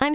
I'm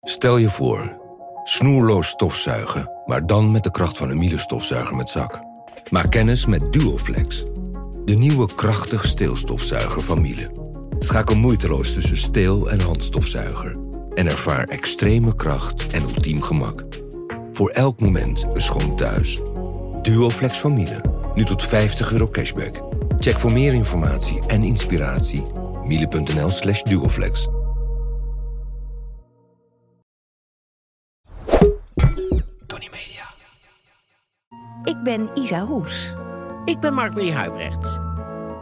Stel je voor, snoerloos stofzuigen, maar dan met de kracht van een Miele stofzuiger met zak. Maak kennis met Duoflex, de nieuwe krachtig steelstofzuiger van Miele. Schakel moeiteloos tussen steel- en handstofzuiger en ervaar extreme kracht en ultiem gemak. Voor elk moment een schoon thuis. Duoflex van Miele, nu tot 50 euro cashback. Check voor meer informatie en inspiratie miele.nl slash duoflex. Tony Media. Ik ben Isa Roes. Ik ben Mark-Marie Huibrecht.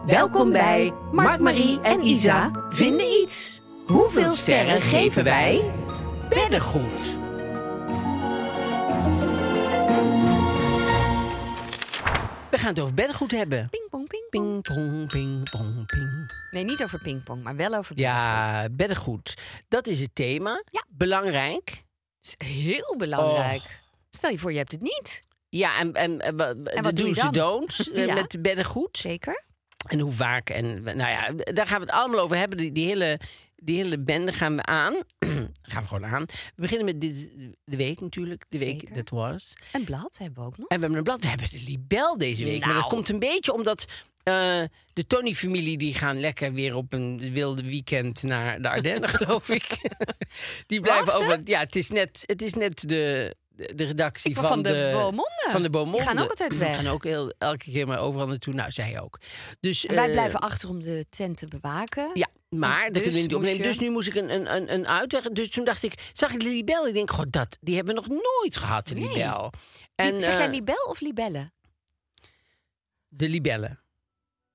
Welkom bij Mark-Marie en Isa vinden iets. Hoeveel sterren geven wij? Beddengoed. We gaan het over beddengoed hebben. Ping pong, ping pong. Ping, pong, ping, pong, ping. Nee, niet over pingpong, maar wel over Ja, beddengoed. Dat is het thema. Ja. Belangrijk. pingpong. Heel belangrijk. Stel je voor, je hebt het niet. Ja, en, en, en, wa- de wat doe je do's en dan? don'ts eh, Ja. met beddengoed. Zeker. En hoe vaak. En nou ja, daar gaan we het allemaal over hebben. Die, die, hele, die hele bende gaan we aan. gaan we gewoon aan. We beginnen met dit, de week natuurlijk. De week Zeker. dat was. Een blad hebben we ook nog. En we hebben een blad. We hebben de libel deze week. Maar dat Nou. komt een beetje omdat. eh, de Tony-familie die gaan lekker weer op een wilde weekend naar de Ardennen, geloof ik. Die blijven Raften? over. Ja, het is net, het is net de, de redactie Maar van, van de Beaumonde. Van de Beaumonde. Die gaan ook altijd weg. Die gaan ook heel, elke keer maar overal naartoe. Nou, zij ook. Dus, En wij eh, blijven achter om de tent te bewaken. ja, maar dat Dus kunnen we niet moest opnemen. je- Dus nu moest ik een, een, een, een uitweg. Dus toen dacht ik, zag ik de libel? Ik denk, god, dat, die hebben we nog nooit gehad, de Nee. libel. Li- zeg jij eh, libel of libellen? de libellen.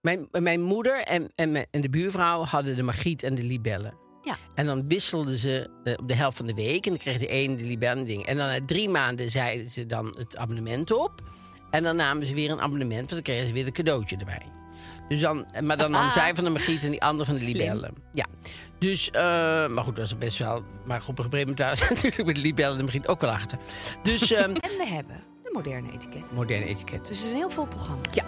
Mijn, mijn moeder en, en, mijn- en de buurvrouw hadden de margriet en de libellen. Ja. En dan wisselden ze eh, op de helft van de week. En dan kreeg de een de libellen ding. En dan na drie maanden zeiden ze dan het abonnement op. En dan namen ze weer een abonnement. Want dan kregen ze weer een cadeautje erbij. Dus dan, maar dan nam zij van de margriet en die ander van de libellen. Ja. Dus, eh, maar goed, dat was best wel... Maar goed, op een gegeven moment thuis natuurlijk met de libellen en de margriet ook wel achter. Dus, ehm, En we hebben de moderne etiket. moderne etiket. Dus het is een heel vol programma. Ja.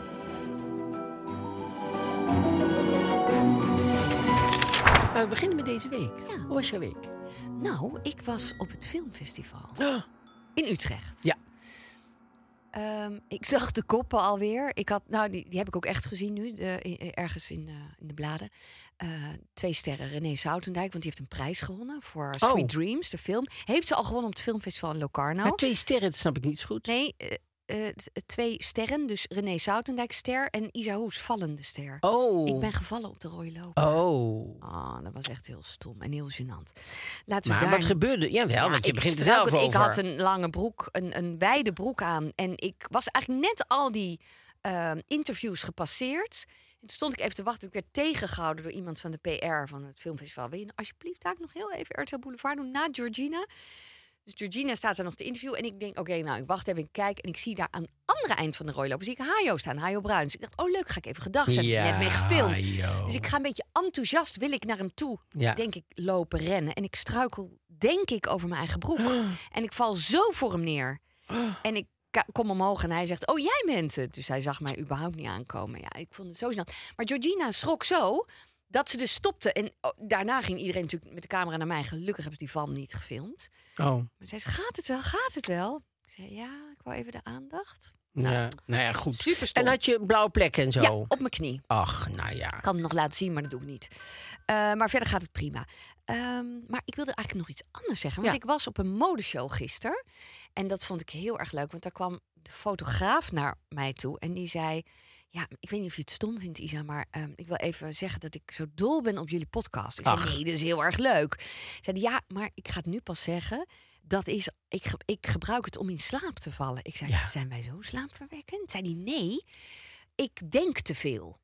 Maar we beginnen met deze week. Hoe was jouw week? Nou, ik was op het filmfestival. In Utrecht. Ah. Ja. Ehm, ik zag de koppen alweer. Ik had, nou, die, die heb ik ook echt gezien nu, de- i- i- ergens in, eh, in de bladen. Eh, twee sterren, René Soutendijk, want die heeft een prijs gewonnen voor Oh. Sweet Dreams, de film. Heeft ze al gewonnen op het filmfestival in Locarno? Maar twee sterren, dat snap ik niet zo goed. Nou? Nee, eh, eh, t- twee sterren, dus René Soutendijk ster en Isa Hoes vallende ster. Oh. Ik ben gevallen op de rode loper. Oh. Ah, dat was echt heel stom en heel gênant. Laten we Maar daar wat gebeurde? Jawel, Ja, want je ik begint er struikelde. zelf over. Ik had een lange broek, een, een wijde broek aan. En ik was eigenlijk net al die ehm, interviews gepasseerd. En toen stond ik even te wachten. Ik werd tegengehouden door iemand van de PR van het filmfestival. Wil je nou alsjeblieft daar nog heel even RTL Boulevard doen na Georgina? Dus Georgina staat daar nog te interviewen. En ik denk, oké, nou, ik wacht even, ik kijk. En ik zie daar aan het andere eind van de rooiloper... zie ik Hajo staan, Hajo Bruins. Ik dacht, oh leuk, ga ik even gedag zeggen. Ik heb Ja, net mee gefilmd. Hajo. Dus ik ga een beetje enthousiast, wil ik naar hem toe, Ja. denk ik, lopen, rennen. En ik struikel, denk ik, over mijn eigen broek. En ik val zo voor hem neer. En ik ka- kom omhoog en hij zegt, oh, jij bent het. Dus hij zag mij überhaupt niet aankomen. Ja, ik vond het zo snel. Maar Georgina schrok zo dat ze dus stopte. En oh, daarna ging iedereen natuurlijk met de camera naar mij. Gelukkig hebben ze die van niet gefilmd. Oh. Maar zij zei, gaat het wel, gaat het wel? Ik zei, ja, ik wou even de aandacht. Nou ja, nou ja goed. superstom. En had je blauwe plekken en zo? Ja, op mijn knie. Ach, nou ja. Ik kan het nog laten zien, maar dat doe ik niet. Eh, maar verder gaat het prima. Ehm, maar ik wilde eigenlijk nog iets anders zeggen. Want Ja. ik was op een modeshow gisteren. En dat vond ik heel erg leuk. Want daar kwam de fotograaf naar mij toe. En die zei... Ja, ik weet niet of je het stom vindt, Isa. Maar ehm, ik wil even zeggen dat ik zo dol ben op jullie podcast. Ik Ach. zei, nee, dat is heel erg leuk. Ze Zei, ja, maar ik ga het nu pas zeggen... Dat is, ik, ge- ik gebruik het om in slaap te vallen. Ik zei, Ja. zijn wij zo slaapverwekkend? Zei die, nee, ik denk te veel.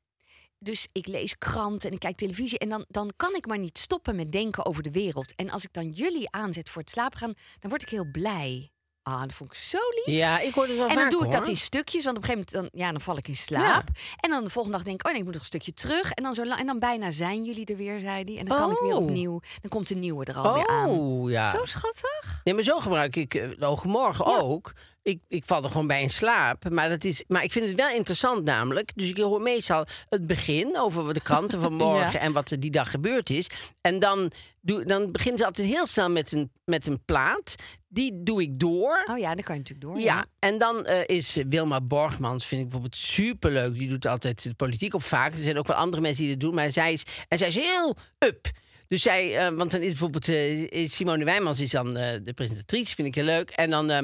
dus ik lees kranten en ik kijk televisie. En dan, dan kan ik maar niet stoppen met denken over de wereld. En als ik dan jullie aanzet voor het slapen gaan, dan word ik heel blij. Ah, dat vond ik zo lief. Ja, ik hoor het wel En dan vaker, doe ik dat hoor. in stukjes, want op een gegeven moment dan, ja, dan val ik in slaap. En dan de volgende dag denk ik, oh nee, ik moet nog een stukje terug. En dan, zo lang, en dan bijna zijn jullie er weer, zei hij. En dan kan ik weer Oh. opnieuw. Dan komt de nieuwe er alweer aan. Oh, ja. Zo schattig. Nee, maar zo gebruik ik eh, logen morgen ook. Ik, ik val er gewoon bij in slaap. Maar, dat is, maar ik vind het wel interessant namelijk. Dus ik hoor meestal het begin over wat de kranten van morgen... en wat er die dag gebeurd is. En dan, doe, dan beginnen ze altijd heel snel met een, met een plaat. Die doe ik door. Oh ja, dan kan je natuurlijk door. Ja, en dan eh, is Wilma Borgmans, vind ik bijvoorbeeld superleuk. Die doet altijd de politiek op vaak. Er zijn ook wel andere mensen die dat doen, maar zij is, en zij is heel up. Dus zij, eh, want dan is bijvoorbeeld eh, Simone Wijmans is dan eh, de presentatrice, vind ik heel leuk. En dan eh,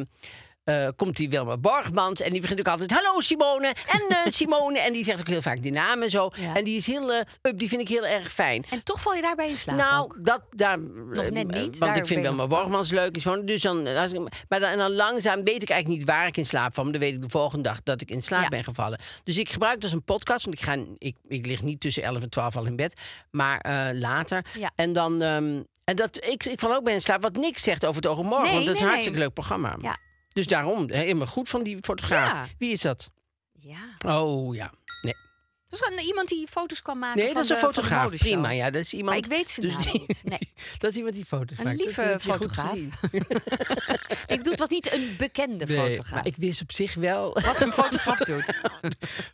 eh, komt die Wilma Borgmans en die begint ook altijd... Hallo Simone en eh, Simone. En die zegt ook heel vaak die namen en zo. Ja. En die is heel eh, up, die vind ik heel erg fijn. En toch val je daarbij in slaap Nou, ook. dat daar. eh, net niet, Want daar ik ben vind ik Wilma nog- Borgmans leuk. Is gewoon, dus dan, als ik- maar dan, en dan langzaam weet ik eigenlijk niet waar ik in slaap val. Maar dan weet ik de volgende dag dat ik in slaap Ja. ben gevallen. Dus ik gebruik dat als een podcast. Want ik, ga, ik, ik lig niet tussen 11 en 12 al in bed. Maar eh, later. Ja. En dan. ehm, en dat, ik, ik val ook bij in slaap. Wat niks zegt over het overmorgen. Nee, want dat is nee, een nee. hartstikke leuk programma. Ja. Dus daarom, hè, helemaal goed van die fotograaf. Ja. Wie is dat? Ja. Oh ja. Nee, Dat was gewoon iemand die foto's kwam maken. nee van dat is een de- van de fotograaf. modeshow. Prima, ja, dat is iemand. Maar ik weet zijn dus naam die- niet. Nee. Dat is iemand die foto's Een maakt. Dat lieve heb ik je goed fotograaf. gezien. ik bedoel, het was niet een bekende Nee, fotograaf. Maar ik wist op zich wel Wat een fotograaf doet.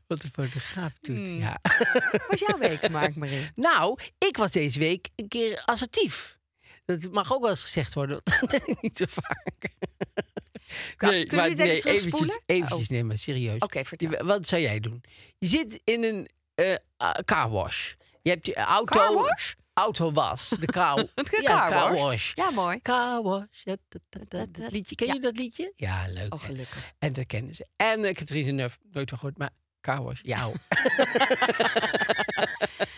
wat de fotograaf doet. Ja. was jouw week, Mark Marie? Nou, ik was deze week een keer assertief. Dat mag ook wel eens gezegd worden, want dat ben ik niet zo vaak. Kan- kunnen we dit even eventjes, terugspoelen? eventjes Oh. nee, maar serieus. Oké, vertel. Je- Wat zou jij doen? Je zit in een eh ah, carwash. Je hebt je auto... Carwash? Auto was. De kou. Een ja, carwash. carwash. Ja, mooi. Carwash. Ja, dat, dat, dat, dat liedje. Ken Ja. je dat liedje? Ja, leuk. Oh, hè? gelukkig. En dat kennen ze. En uh, Katrien Neuf, nooit van gehoord, maar Carwash, ja. hoor.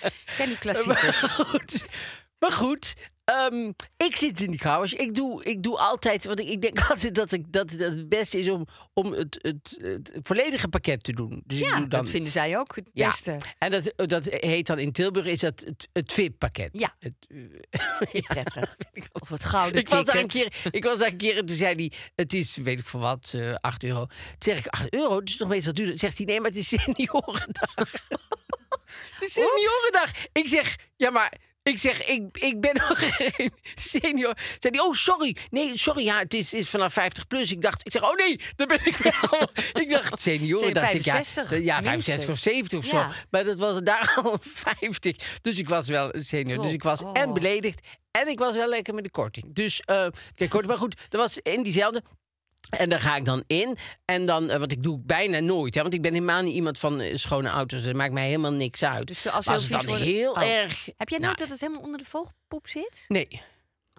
Ik ken die klassiekers. Maar goed, maar goed ehm, ik zit in die carwash. Ik doe, ik doe altijd, want ik, ik denk altijd dat, ik, dat, dat het beste is om, om het, het, het volledige pakket te doen. Dus ik Ja, doe dan, dat vinden zij ook het Ja. beste. En dat, dat heet dan in Tilburg is dat het, het VIP-pakket. Ja. Het, eh, Prettig. Of het gouden ik was, daar een ticket. keer, ik was daar een keer en toen zei hij, het is, weet ik voor wat, eh 8 euro. Toen zeg ik, 8 euro, het is nog meestal duurder. Zegt hij, nee, maar het is seniorendag. het is seniorendag. Ik zeg, ja, maar... Ik zeg, ik, ik ben nog geen senior. Zei hij, oh sorry. Nee, sorry, ja, het is, is vanaf 50 plus. Ik dacht, ik zeg, oh nee, daar ben ik wel. ik dacht, senioren, dacht ik, ja. 65 Ja, 65 of minstens. 70 of Ja. zo. Maar dat was daar al 50. Dus ik was wel een senior. Dus Top. ik was Oh. en beledigd. En ik was wel lekker met de korting. Dus eh de korting, maar goed, dat was in diezelfde. En daar ga ik dan in. En dan, eh, want ik doe bijna nooit. Hè, want ik ben helemaal niet iemand van eh, schone auto's. Dat maakt mij helemaal niks uit. Dus als Maar heel als het vies dan worden- heel Oh. erg. Heb jij nou, nooit dat het helemaal onder de vogelpoep zit? Nee.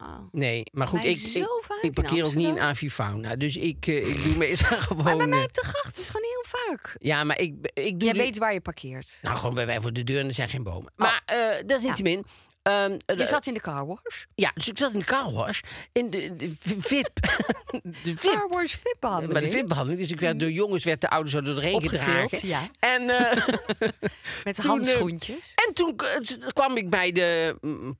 Oh. Nee, maar goed, Wij ik, zo ik, vaak ik in parkeer ook niet in Amsterdam. Avifauna. Dus ik, eh, ik doe meestal gewoon... Maar bij mij eh, op de gracht is gewoon heel vaak. Ja, maar ik, ik doe... Jij dit- weet waar je parkeert. Nou, gewoon bij mij voor de deur en er zijn geen bomen. Maar eh, dat is niet te min. Ehm, eh, Je zat in de carwash. Ja, dus ik zat in de carwash. In de, de v- VIP. de VIP. Carwash vip aan. Maar de VIP-behandeling, dus ik werd door jongens, werd de ouders zo doorheen Opgetild, gedragen. ja. En, eh, Met toen, eh, handschoentjes. en toen k- t- kwam ik bij de mm,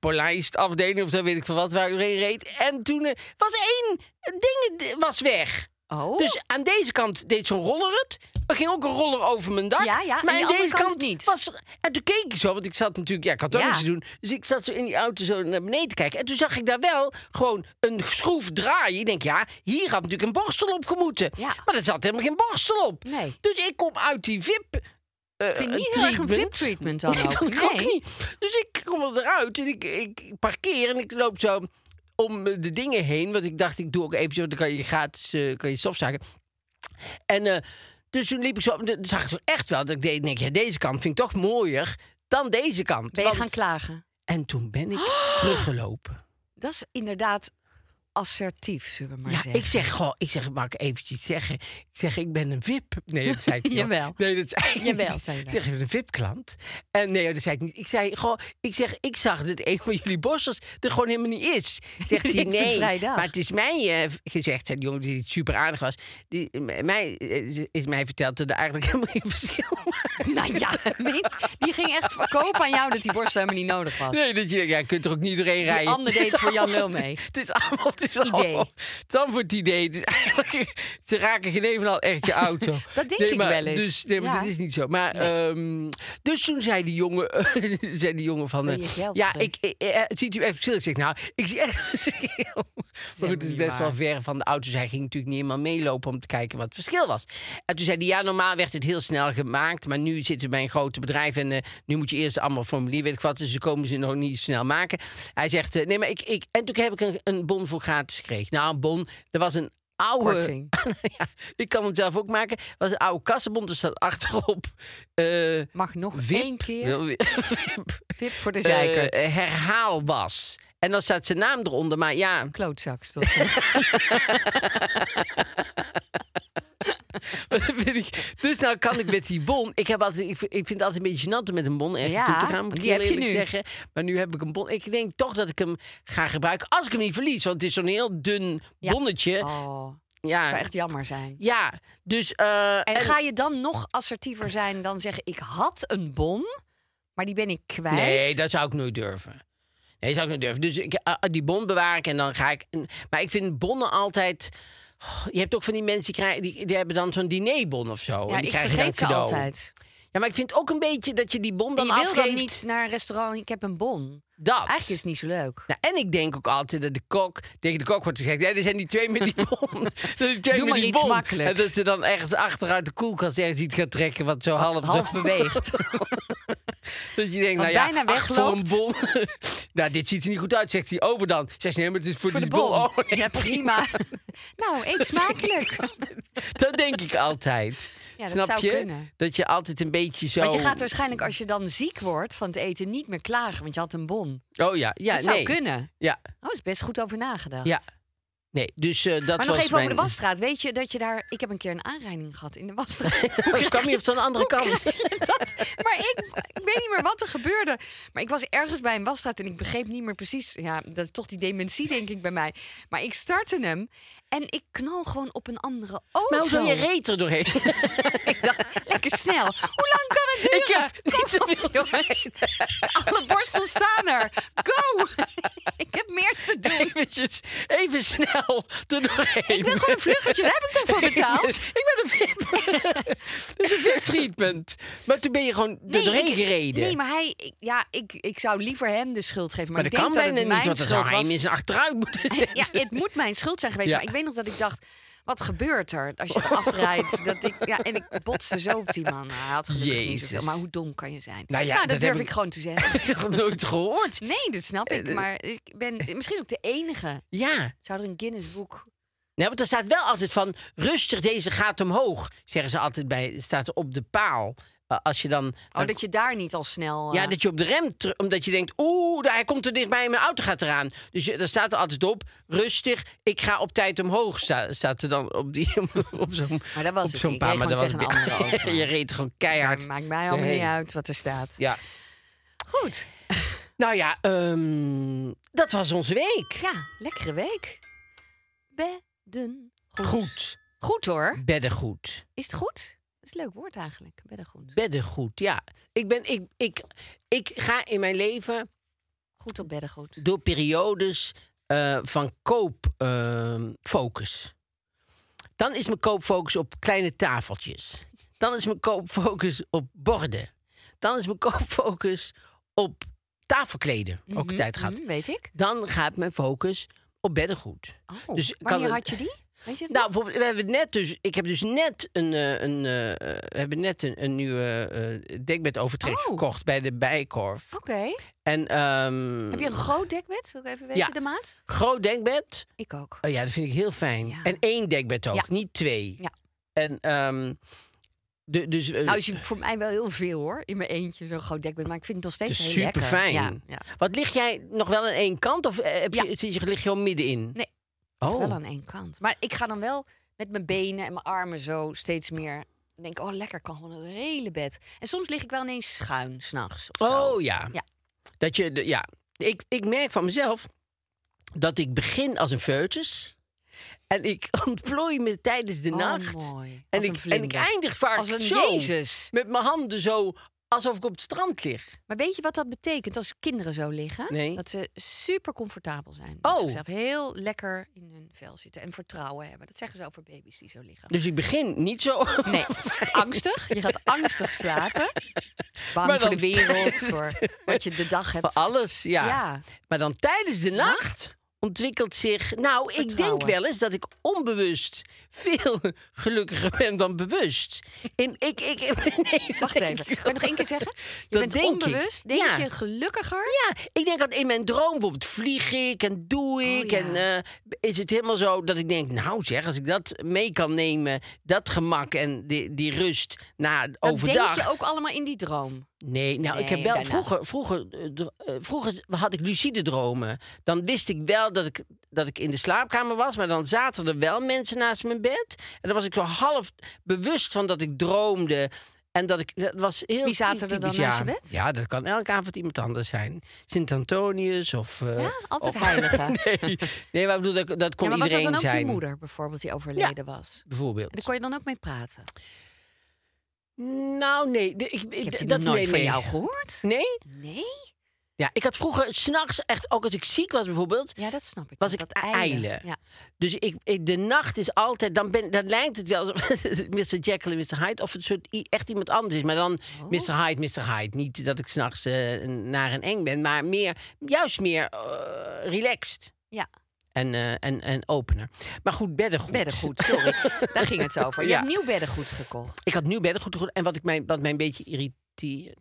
afdeling of zo weet ik veel wat, waar ik doorheen reed. En toen eh, was één ding eh, was weg. Oh. Dus aan deze kant deed zo'n roller het. Er ging ook een roller over mijn dak. Ja, ja, en maar die aan andere deze kant kant niet. Was er- en toen keek ik zo, want ik zat natuurlijk... Ja, ik had ook Ja. niks te doen. Dus ik zat zo in die auto zo naar beneden te kijken. En toen zag ik daar wel gewoon een schroef draaien. Ik denk, ja, hier had natuurlijk een borstel op gemoeten. Ja. Maar er zat helemaal geen borstel op. Nee. Dus ik kom uit die VIP... eh, vind eh, niet heel erg een treatment. VIP-treatment dan Nee, ook. vond ik ook Nee. niet. Dus ik kom eruit en ik, ik parkeer en ik loop zo om eh, de dingen heen. Want ik dacht, ik doe ook even zo, dan kan je gratis eh, kan je stofzaken. En eh, dus toen liep ik zo, op en dan zag ik zo echt wel dat ik deed, denk, ja, deze kant vind ik toch mooier dan deze kant. Ben je Want- gaan klagen? En toen ben ik teruggelopen. Dat is inderdaad assertief, zullen we maar ja, zeggen. ik zeg gewoon, ik zeg, mag ik eventjes zeggen? Ik zeg, ik ben een VIP. Nee, dat zei ik niet. hoor. Jawel. Nee, dat zei ik Jawel, niet. zei je Ik dat. zeg, ik ben een VIP-klant. En nee, dat zei ik niet. Ik zei gewoon, ik zeg, ik zag dat een van jullie bossers er gewoon helemaal niet is. Zegt Die hij, heeft een nee, vrije dag. maar het is mij eh, gezegd, zei die jongen die super aardig was. Die, m- mij eh, is mij verteld dat er eigenlijk helemaal geen verschil maakt. Nou ja, Mink, die ging echt verkopen aan jou dat die borstel helemaal niet nodig was. Nee, dat je, ja, je kunt er ook niet doorheen rijden. ander Het is deed voor Jan allemaal- Lul mee. Het is allemaal, het is Idee. allemaal. Dan voor het idee. Het is eigenlijk, ze raken geen even al echt je auto. Dat denk Nee, ik maar, wel eens. Dus, nee, maar Ja. dat is niet zo. Maar, ehm, dus toen zei die jongen, zei die jongen van... Wil eh, je geld ja, terug? ik, eh, eh, ziet u echt verschil? Ik zeg, nou, ik zie echt verschil. Maar goed, het is niet best waar. wel ver van de auto. Dus hij ging natuurlijk niet helemaal meelopen om te kijken wat het verschil was. En toen zei hij, ja, normaal werd het heel snel gemaakt. Maar nu zitten we bij een groot bedrijf. En eh, nu moet je eerst allemaal formulier, weet ik wat. Dus ze komen ze nog niet snel maken. Hij zegt, eh, nee, maar ik, ik... En toen heb ik een, een bon voor gratis gekregen. Nou, een bon, er was een oude... Korting. ja, ik kan hem zelf ook maken. Het was een oude kassenbon, dus staat achterop... eh Mag nog Wip. één keer Wip. Wip voor de Eh, zeikert. herhaal was. En dan staat zijn naam eronder, maar ja, Klootzak stond er. dat vind ik. Dus nou kan ik met die bon. Ik, heb altijd, ik, vind- ik vind het altijd een beetje gênant om met een bon ergens Ja, naartoe te gaan. Moet ik die heel heb je eerlijk nu. zeggen. Maar nu heb ik een bon. Ik denk toch dat ik hem ga gebruiken als ik hem niet verlies. Want het is zo'n heel dun Ja. bonnetje. Oh, zou ja. echt jammer zijn. ja, dus. eh, En en- ga je dan nog assertiever zijn dan zeggen... ik had een bom, maar die ben ik kwijt? Nee, dat zou ik nooit durven. Nee, dat zou ik nooit durven. Dus ik, eh, die bon bewaar ik en dan ga ik... en- Maar ik vind bonnen altijd... oh, je hebt ook van die mensen die, krijgen, die, die hebben dan zo'n dinerbon of zo. en ja, die ik krijgen dan vergeet ze cadeau. altijd. Ja, maar ik vind ook een beetje dat je die bon En dan je wil afgeeft. dan niet naar een restaurant, ik heb een bon. Dat. Eigenlijk is het niet zo leuk. Nou, en ik denk ook altijd dat de kok tegen de kok wordt gezegd: ja, er zijn die twee met die bon. Er zijn die twee Doe met maar die iets bon. makkelijks. En dat ze dan ergens achteruit de koelkast ergens iets gaat trekken wat zo half, half beweegt. dat je denkt: Wat nou ja, bijna ach, voor een wegloopt. bon. nou, dit ziet er niet goed uit, zegt die ober dan. Zegt ze, nee, maar het is voor, Voor de die bom. bon. Oh, nee, ja, prima. nou, eet smakelijk. Nou. dat denk ik altijd. Ja, dat Snap zou je? kunnen. Dat je altijd een beetje zo. Want je gaat waarschijnlijk als je dan ziek wordt van het eten niet meer klagen, want je had een bon. Oh ja, ja dat nee. zou kunnen. Oh, Ja, daar is best goed over nagedacht. ja. Nee, dus eh, dat maar was nog even mijn... over de wasstraat. Weet je dat je daar... Ik heb een keer een aanrijding gehad in de wasstraat. Ik kwam hier van de andere kant. dat, maar ik, ik weet niet meer wat er gebeurde. Maar ik was ergens bij een wasstraat en ik begreep niet meer precies. Ja, dat is toch die dementie, denk ik, bij mij. Maar ik startte hem en ik knal gewoon op een andere auto. Maar hoe zou je reet er doorheen? Ik dacht, lekker snel. Hoe lang kan het duren? Ik heb niet Kom op, zoveel tijd. jongens. Alle borstels staan er. Go! Ik heb meer te doen. Eventjes, even snel er doorheen. Ik wil gewoon een vluggetje, daar heb ik toch voor Ik ben, betaald? ik ben een VIP. dus een VIP treatment. Maar toen ben je gewoon er doorheen ik- gereden. Nee, maar hij, ik- ja, ik, ik zou liever hem de schuld geven. Maar, Maar dat ik kan denk dat bijna het niet, mijn want het schuld zou was. hem in zijn achteruit moeten zitten. Ja, het moet mijn schuld zijn geweest. Ja. Maar ik weet nog dat ik dacht, wat gebeurt er als je afrijdt? dat ik, ja, en ik botste zo op die man. Nou, Hij had gelukkig niet Jezus. zoveel. Maar hoe dom kan je zijn? Nou ja, dat, dat durf ik heb ik- Eh, gewoon te zeggen. Ik heb nog nooit gehoord. Nee, dat snap ik. Maar ik ben misschien ook de enige. Ja, Zou er een Guinness boek... nou, want er staat wel altijd van... rustig, deze gaat omhoog. Zeggen ze altijd bij... staat er op de paal. Eh, als je dan... Oh, dan- dat je daar niet al snel... Ja, eh, dat je op de rem, ter- omdat je denkt, oeh, daar- hij komt er dichtbij en mijn auto gaat eraan. Dus je, daar staat er altijd op, rustig, ik ga op tijd omhoog. Sta- staat er dan op, die, op zo'n Maar dat was op ik. zo'n Ik paal, reed gewoon maar dat was tegen een andere auto. Je reed gewoon maar keihard. maakt mij allemaal erheen. niet uit wat er staat. Ja. Goed. Nou ja, ehm, dat was onze week. Ja, lekkere week. Bedden. Goed. Goed. Goed, hoor. Beddengoed. Is het goed? Dat is een leuk woord eigenlijk. Bedden goed. Beddengoed, ja. Ik, ben, ik, ik, ik ga in mijn leven Goed op bedden goed. door periodes eh, van koopfocus. Dan is mijn koopfocus op kleine tafeltjes. Dan is mijn koopfocus op borden. Dan is mijn koopfocus op tafelkleden. Ook een tijd gaat. Mhm, weet ik. Dan gaat mijn focus op beddengoed. Oh, Dus kan wanneer had het- je die? Weet je het Nou, nog? bijvoorbeeld, we hebben net dus, ik heb dus net een, eh, een, eh, eh, we hebben net een, een nieuwe eh dekbedovertrek Oh. gekocht bij de Bijkorf. Oké. En, ehm, Heb je een groot dekbed? Wil ik even weten Ja. de maat? groot dekbed. Ik ook. Oh ja, dat vind ik heel fijn. Ja. En één dekbed ook, Ja. niet twee. Ja. En ehm, de, dus, eh, Nou, is die voor mij wel heel veel hoor. In mijn eentje zo'n groot dekbed. Maar ik vind het nog het steeds is heel super lekker. fijn. Ja, ja. Wat lig jij nog wel aan één kant of eh, heb Ja. je, zit je, lig je gewoon middenin? Nee, Oh. Wel aan één kant. Maar ik ga dan wel met mijn benen en mijn armen zo steeds meer. Denk, oh lekker, kan gewoon het hele bed. En soms lig ik wel ineens schuin s'nachts. Oh ja. Ja. Dat je, de- ja. Ik, ik merk van mezelf dat ik begin als een foetus. En ik ontplooi me tijdens de Oh, nacht. mooi. En, Als ik, een en ik vlinder. eindig vaak Als een zo. Jezus. Met mijn handen zo, alsof ik op het strand lig. Maar weet je wat dat betekent als kinderen zo liggen? Nee. Dat ze super comfortabel zijn. Oh. Dat ze zelf heel lekker in hun vel zitten en vertrouwen hebben. Dat zeggen ze over baby's die zo liggen. Dus ik begin niet zo. Nee, angstig. Je gaat angstig slapen. Bang Maar voor de dan wereld, tijdens voor de- wat je de dag Voor hebt. alles, ja. Ja. Maar dan tijdens de nacht, ontwikkelt zich. Nou, ik denk Vertrouwen. wel eens dat ik onbewust veel gelukkiger ben dan bewust. In, ik, ik, nee, Wacht dat even. denk ik Kan je nog één keer zeggen? Je Dat bent denk ik. onbewust. Denk Ja. je gelukkiger? Ja, ik denk dat in mijn droom bijvoorbeeld vlieg ik en doe Oh, ik. ja. En eh, is het helemaal zo dat ik denk, nou zeg, als ik dat mee kan nemen, dat gemak en die, die rust na Dat overdag. denk je ook allemaal in die droom. Nee, nou, ik heb Nee, wel daarna. vroeger, vroeger, eh, dro- eh, vroeger had ik lucide dromen. Dan wist ik wel dat ik, dat ik in de slaapkamer was, maar dan zaten er wel mensen naast mijn bed. En dan was ik zo half bewust van dat ik droomde. En dat ik, dat was heel Wie zaten er dan typisch, naast ja. je bed? Ja, dat kan elke avond iemand anders zijn. Sint-Antonius of... eh, Ja, altijd of- heilige. nee, nee, maar ik bedoel, dat, dat ja, kon maar was dat iedereen dan ook zijn. je moeder bijvoorbeeld die overleden was? Bijvoorbeeld. En daar kon je dan ook mee praten. Nou, nee. de- ik, Ik heb dat die nog nooit nee, van nee. jou gehoord. Nee? Nee? Ja, ik had vroeger s'nachts echt, ook als ik ziek was bijvoorbeeld. Ja, dat snap ik. Was dat- ik dat eilen. eilen? Ja. Dus ik, ik- de nacht is altijd, dan, ben, dan lijkt het wel alsof Mr. Jekyll en Mr. Hyde of het soort, i- echt iemand anders is. Maar dan Mr. Hyde, Mr. Hyde. Niet dat ik s'nachts eh naar en eng ben, maar meer, juist meer eh, relaxed ja. en, eh, en, en opener. Maar goed, beddengoed. Beddengoed, sorry. Daar ging het over. Je Ja. hebt nieuw beddengoed gekocht. Ik had nieuw beddengoed gekocht. En wat, ik mij, wat mij een beetje irriteert...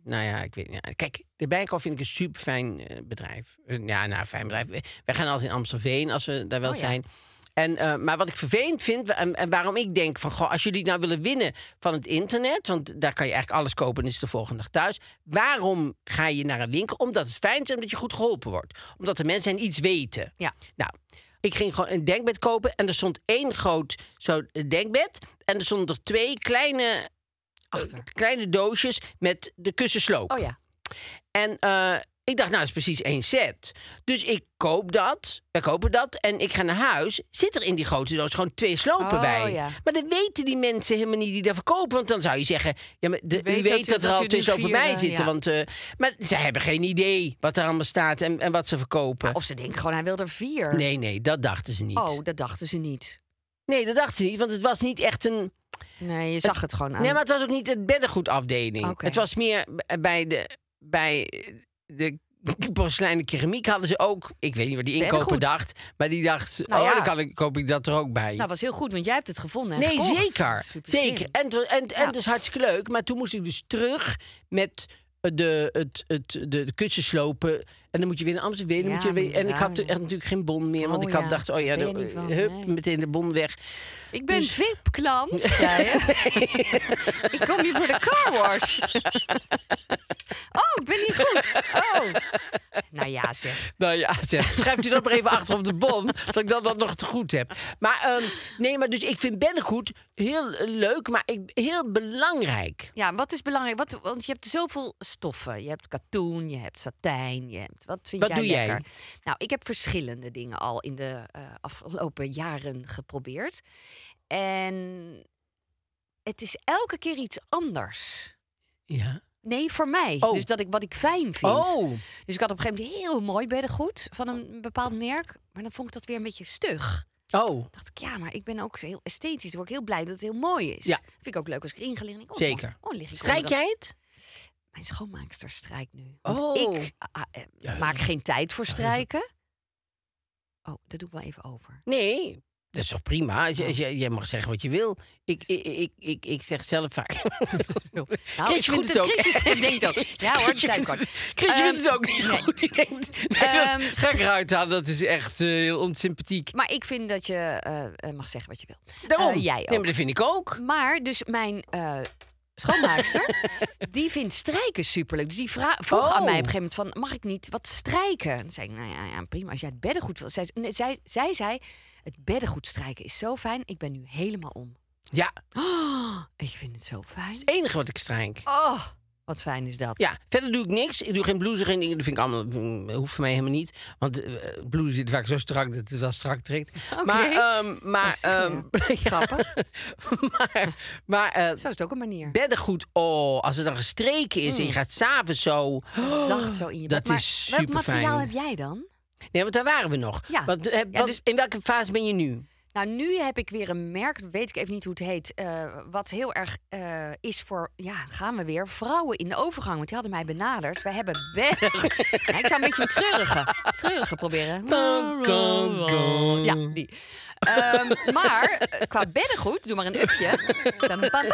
Nou ja, ik weet niet. Ja, Kijk, de Bijenkorf vind ik een super fijn bedrijf. Eh, ja, nou, fijn bedrijf. Wij- Wij gaan altijd in Amstelveen als we daar wel Oh ja. zijn. En, eh, maar wat ik vervelend vind en, en waarom ik denk van... Goh, als jullie nou willen winnen van het internet... want daar kan je eigenlijk alles kopen en is het de volgende dag thuis... waarom ga je naar een winkel? Omdat het fijn is en omdat je goed geholpen wordt. Omdat de mensen aan iets weten. Ja. Nou, ik ging gewoon een dekbed kopen en er stond één groot zo dekbed. En er stonden er twee kleine, eh, Achter. kleine doosjes met de kussensloop. Oh ja. En eh, ik dacht, nou, dat is precies één set. Dus ik koop dat, wij kopen dat en ik ga naar huis. Zit er in die grote doos gewoon twee slopen Oh, bij. ja. Maar dat weten die mensen helemaal niet die daar verkopen. Want dan zou je zeggen, ja, maar de, u weet, Weet dat u- dat er dat al u twee nu slopen vier, bij eh, zitten. ja. Want, eh, maar ze hebben geen idee wat er allemaal staat en, en wat ze verkopen. Of ze denken gewoon, hij wil er vier. Nee, nee, dat dachten ze niet. Oh, dat dachten ze niet. Nee, dat dacht ze niet, want het was niet echt een... Nee, je zag het gewoon aan. Nee, maar het was ook niet een beddengoedafdeling. Nou. Oké. Het was meer b- bij de, bij de porseleinen keramiek hadden ze ook... Ik weet niet waar die inkoper Beddengoed. dacht, maar die dacht... Nou oh, ja. dan kan ik, koop ik dat er ook bij. Nou, was heel goed, want jij hebt het gevonden. en nee, gekocht. zeker. Super slim. Zeker. En, het wa- en, en Ja. het is hartstikke leuk, maar toen moest ik dus terug met... De, het, het, de, de kussens slopen. En dan moet je weer naar Amsterdam. weer, dan Ja, moet je weer, en ik inderdaad, had er ja. natuurlijk geen bon meer. Want Oh ik had ja, dacht, oh ja, daar ben de, je niet van, hup, nee. meteen de bon weg. Ik ben Dus- VIP-klant, zei je. ik kom hier voor de carwash. oh, ik ben niet goed. Oh. Nou ja, zeg. Nou ja, zeg, schrijft u dat maar even achter op de bon, dat ik dat, dat nog te goed heb. Maar ehm, nee, maar dus ik vind beddengoed heel eh, leuk, maar ik, heel belangrijk. Ja, wat is belangrijk? Wat, want je hebt zoveel stoffen. Je hebt katoen, je hebt satijn, je hebt... Wat vind Wat jij doe jij? lekker? Nou, ik heb verschillende dingen al in de eh, afgelopen jaren geprobeerd. En het is elke keer iets anders. Ja. Nee, voor mij. Oh. Dus dat ik wat ik fijn vind. Oh, Dus ik had op een gegeven moment heel mooi beddengoed van een bepaald merk. Maar dan vond ik dat weer een beetje stug. oh, dacht ik, ja, maar ik ben ook heel esthetisch. Dan word ik heel blij dat het heel mooi is. Ja. Vind ik ook leuk als ik erin gelegen. denk, Oh, zeker. Oh, lig ik Strijk onder dat- jij het? Mijn schoonmaakster strijkt nu. Want Oh. ik ah, eh, maak geen tijd voor strijken. Oh, dat doe ik wel even over. Nee. Dat is toch prima? Als je- als je- jij mag zeggen wat je wil. Ik, ik, ik, ik, ik zeg zelf vaak. Nou, Chris is vindt goed het dat ook. Chris is- denkt ook. Ja hoor, Chris vindt- tijdkort. Chris Ehm, vindt het ook niet nee. goed. Die denkt, nee, dat Ehm, ga ik eruit halen. Dat is echt eh, heel onsympathiek. Maar ik vind dat je eh, eh, mag zeggen wat je wil. Daarom. Eh, jij Nee, ook. maar dat vind ik ook. Maar dus mijn eh, schoonmaakster, die vindt strijken superleuk. Dus die vra- vroeg Oh. aan mij op een gegeven moment van, mag ik niet wat strijken? Toen zei ik, nou ja, ja, prima, als jij het beddengoed wil. Zij, ze- nee, zij, zij zei, het beddengoed strijken is zo fijn, ik ben nu helemaal om. Ja, het Ik vind het zo fijn. enige wat ik strijk. Oh, wat fijn is dat. Ja, verder doe ik niks. Ik doe geen blouse, geen dingen. Dat vind ik allemaal, mm, hoeft voor mij helemaal niet. Want eh, blouse zit vaak zo strak dat het wel strak trekt. Oké. Maar, ehm, maar, Dat is, ehm, eh, ja. grappig. maar, maar eh, Zo is het ook een manier. beddengoed, oh, als het dan gestreken is en Mm. je gaat s'avonds zo... Zacht zo in je Dat bed. Maar is welk superfijn. materiaal heb jij dan? Nee, want daar waren we nog. Ja. Want, eh, Ja, wat- dus- In welke fase ben je nu? Nou, nu heb ik weer een merk, weet ik even niet hoe het heet, eh, wat heel erg eh, is voor, ja, gaan we weer, vrouwen in de overgang. Want die hadden mij benaderd. Wij hebben bedden. Ja, ik zou een beetje een treurige, treurige proberen. Ja, die. Ehm, maar eh, qua beddengoed, doe maar een upje. Pam, pam, pam.